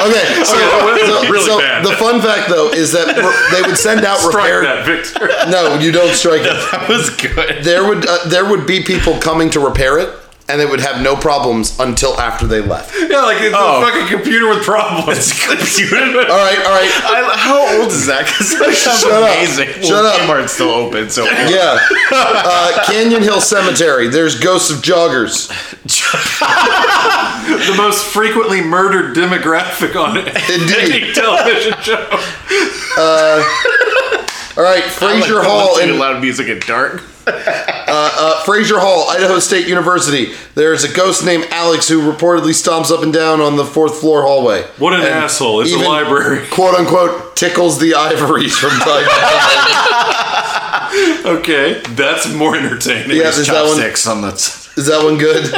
S1: Okay, so,
S2: well,
S1: so-
S2: really
S1: so
S2: bad.
S1: the fun fact though is that re- they would send out
S2: Strike
S1: repair.
S2: that, Victor.
S1: No, you don't strike it.
S5: That was good.
S1: There would uh, there would be people coming to repair it, and they would have no problems until after they left.
S2: yeah, like it's
S5: Oh.
S2: a fucking computer with problems.
S5: Computer.
S1: All right, all right.
S5: I, how old is that? Because that's
S1: Shut up.
S5: amazing.
S1: Shut up.
S5: Kmart's still open, so
S1: Yeah. Uh, Canyon Hill Cemetery. There's ghosts of joggers.
S2: the most frequently murdered demographic on any
S1: Indeed.
S2: television show.
S1: All right, Fraser
S5: Like the
S1: Hall
S5: ones that
S1: in
S5: loud music at dark.
S1: uh, Fraser Hall, Idaho State University. There's a ghost named Alex who reportedly stomps up and down on the fourth floor hallway.
S2: What an asshole. It's a
S1: even-
S2: library.
S1: "Quote unquote" tickles the ivories from time to time.
S2: Okay, that's more entertaining.
S1: Yeah, is that one
S5: Chopsticks on the
S1: is that one good?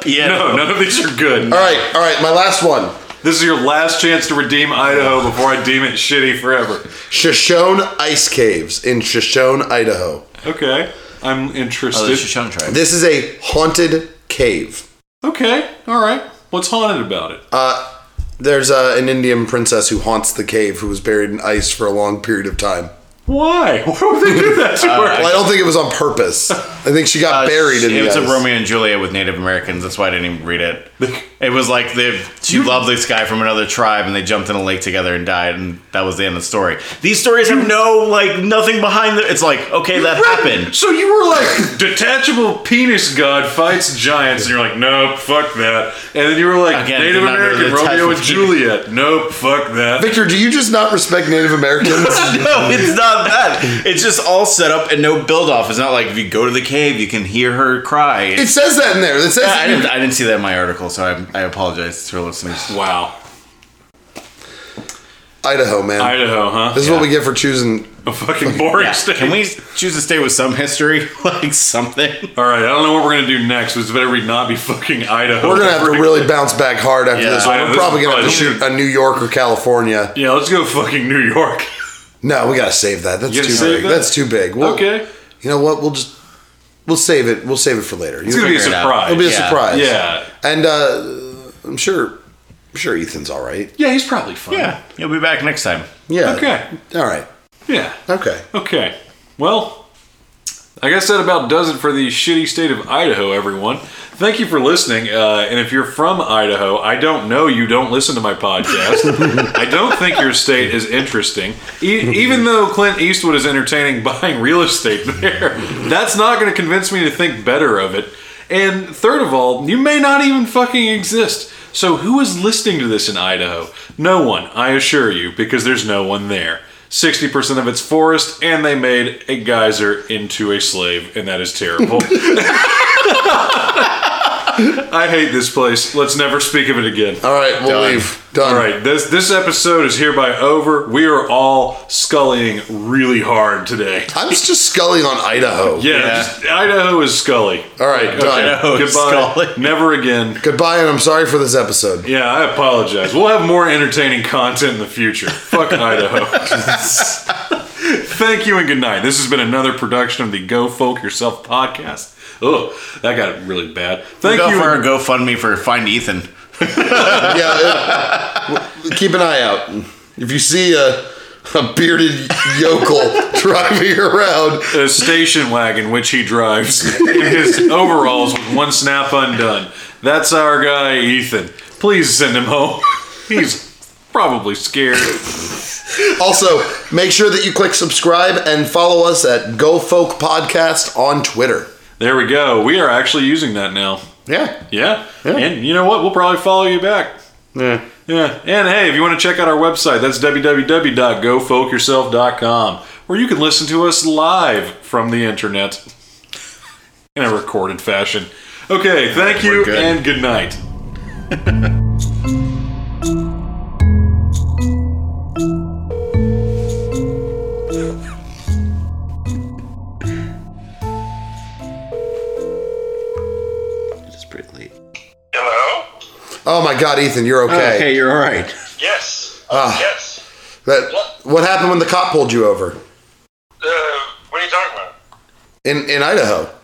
S5: piano.
S2: No, none of these are good.
S1: All right, all right. My last one.
S2: This is your last chance to redeem Idaho before I deem it shitty forever.
S1: Shoshone Ice Caves in Shoshone, Idaho.
S2: Okay, I'm
S5: Oh,
S2: interested.
S5: the Shoshone tribe.
S1: This is a haunted cave.
S2: okay, all right. What's haunted about it?
S1: There's uh, an Indian princess who haunts the cave who was buried in ice for a long period of time.
S2: Why? Why would they do that to her?
S1: Well, I don't think it was on purpose. I think she got
S5: Uh,
S1: buried in
S5: it
S1: the
S5: was
S1: ice.
S5: a Romeo and Juliet with Native Americans. That's why I didn't even read it. It was like they she loved this guy from another tribe, and they jumped in a lake together and died, and that was the end of the story. These stories have no like nothing behind them. It's like okay, that happened.
S2: So you were like detachable penis god fights giants, and you're like, nope, fuck that. And then you were like
S5: Again,
S2: Native
S5: did not know
S2: American
S5: the
S2: Romeo
S5: detachable
S2: and
S5: penis.
S2: Juliet, nope, fuck that.
S1: Victor, do you just not respect Native Americans?
S5: No, it's not that. It's just all set up and no build off. It's not like if you go to the cave, you can hear her cry.
S1: it says that in there. It says
S5: I, didn't, I didn't see that in my article, so I, I apologize to our listeners.
S2: Wow,
S1: Idaho, man.
S2: Idaho, huh?
S1: this is what we get for choosing
S2: A fucking boring
S5: Yeah.
S2: state.
S5: Can we choose a state with some history, like something?
S2: All right, I don't know what we're gonna do next. But it's better we not be fucking Idaho.
S1: We're gonna have to really bounce back hard after
S5: Yeah,
S1: this
S2: I
S1: one.
S2: know,
S1: We're
S2: this
S1: probably
S2: is
S1: gonna have to
S2: probably-
S1: shoot a New York or California.
S2: Yeah, let's go fucking New York.
S1: No, we gotta save that. That's
S2: You
S1: too
S2: gotta save
S1: big.
S2: that?
S1: That's too big. We'll,
S2: okay,
S1: You know what? We'll just we'll save it. We'll save it for later.
S2: it's gonna be a
S5: figure it out.
S2: surprise.
S1: It'll be a
S5: Yeah.
S1: surprise.
S2: Yeah.
S1: And uh, I'm sure, I'm sure Ethan's all right.
S2: Yeah, he's probably fine.
S5: Yeah, you'll be back next time.
S1: Yeah.
S2: Okay.
S1: All right.
S2: Yeah.
S1: Okay.
S2: Okay. Well, I guess that about does it for the shitty state of Idaho, everyone. Thank you for listening. Uh, and if you're from Idaho, I don't know you don't listen to my podcast. I don't think your state is interesting. E- even though Clint Eastwood is entertaining buying real estate there, that's not going to convince me to think better of it. And third of all, you may not even fucking exist. So who is listening to this in Idaho? No one, I assure you, because there's no one there. 60% of it's forest, and they made a geyser into a slave, and that is terrible. I hate this place. Let's never speak of it again.
S1: All right. We'll
S5: Done.
S1: leave. Done.
S2: All right, this this episode is hereby over. We are all scullying really hard today.
S1: I'm just Scully on Idaho.
S2: Yeah, just- Idaho is Scully.
S1: All right, done.
S5: Idaho
S2: goodbye.
S5: is Scully.
S2: Never again.
S1: Goodbye, and I'm sorry for this episode.
S2: Yeah, I apologize. We'll have more entertaining content in the future. Fuck Idaho. Thank you and good night. This has been another production of the Go Folk Yourself podcast. Oh, that got really bad. Thank
S5: go
S2: you.
S5: for
S2: and-
S5: our GoFundMe for Find Ethan.
S1: yeah. it- keep an eye out. If you see a, a bearded yokel driving around,
S2: a uh, station wagon which he drives in his overalls with one snap undone. That's our guy, Ethan. Please send him home. He's probably scared.
S1: also make sure that you click subscribe and follow us at Go Folk Podcast on Twitter.
S2: There we go. We are actually using that now.
S1: Yeah.
S2: Yeah. And you know what? We'll probably follow you back.
S1: Yeah.
S2: Yeah. And hey, if you want to check out our website, that's www.gofolkyourself.com, where you can listen to us live from the internet in a recorded fashion. Okay, thank you
S5: good.
S2: and good night.
S5: It's pretty late.
S7: Hello?
S1: Oh my God, Ethan, you're okay.
S5: Okay, you're all right.
S7: Yes.
S1: Ah.
S7: Yes.
S1: That what happened when the cop pulled you over
S7: Uh, what are you talking about?
S1: in in Idaho?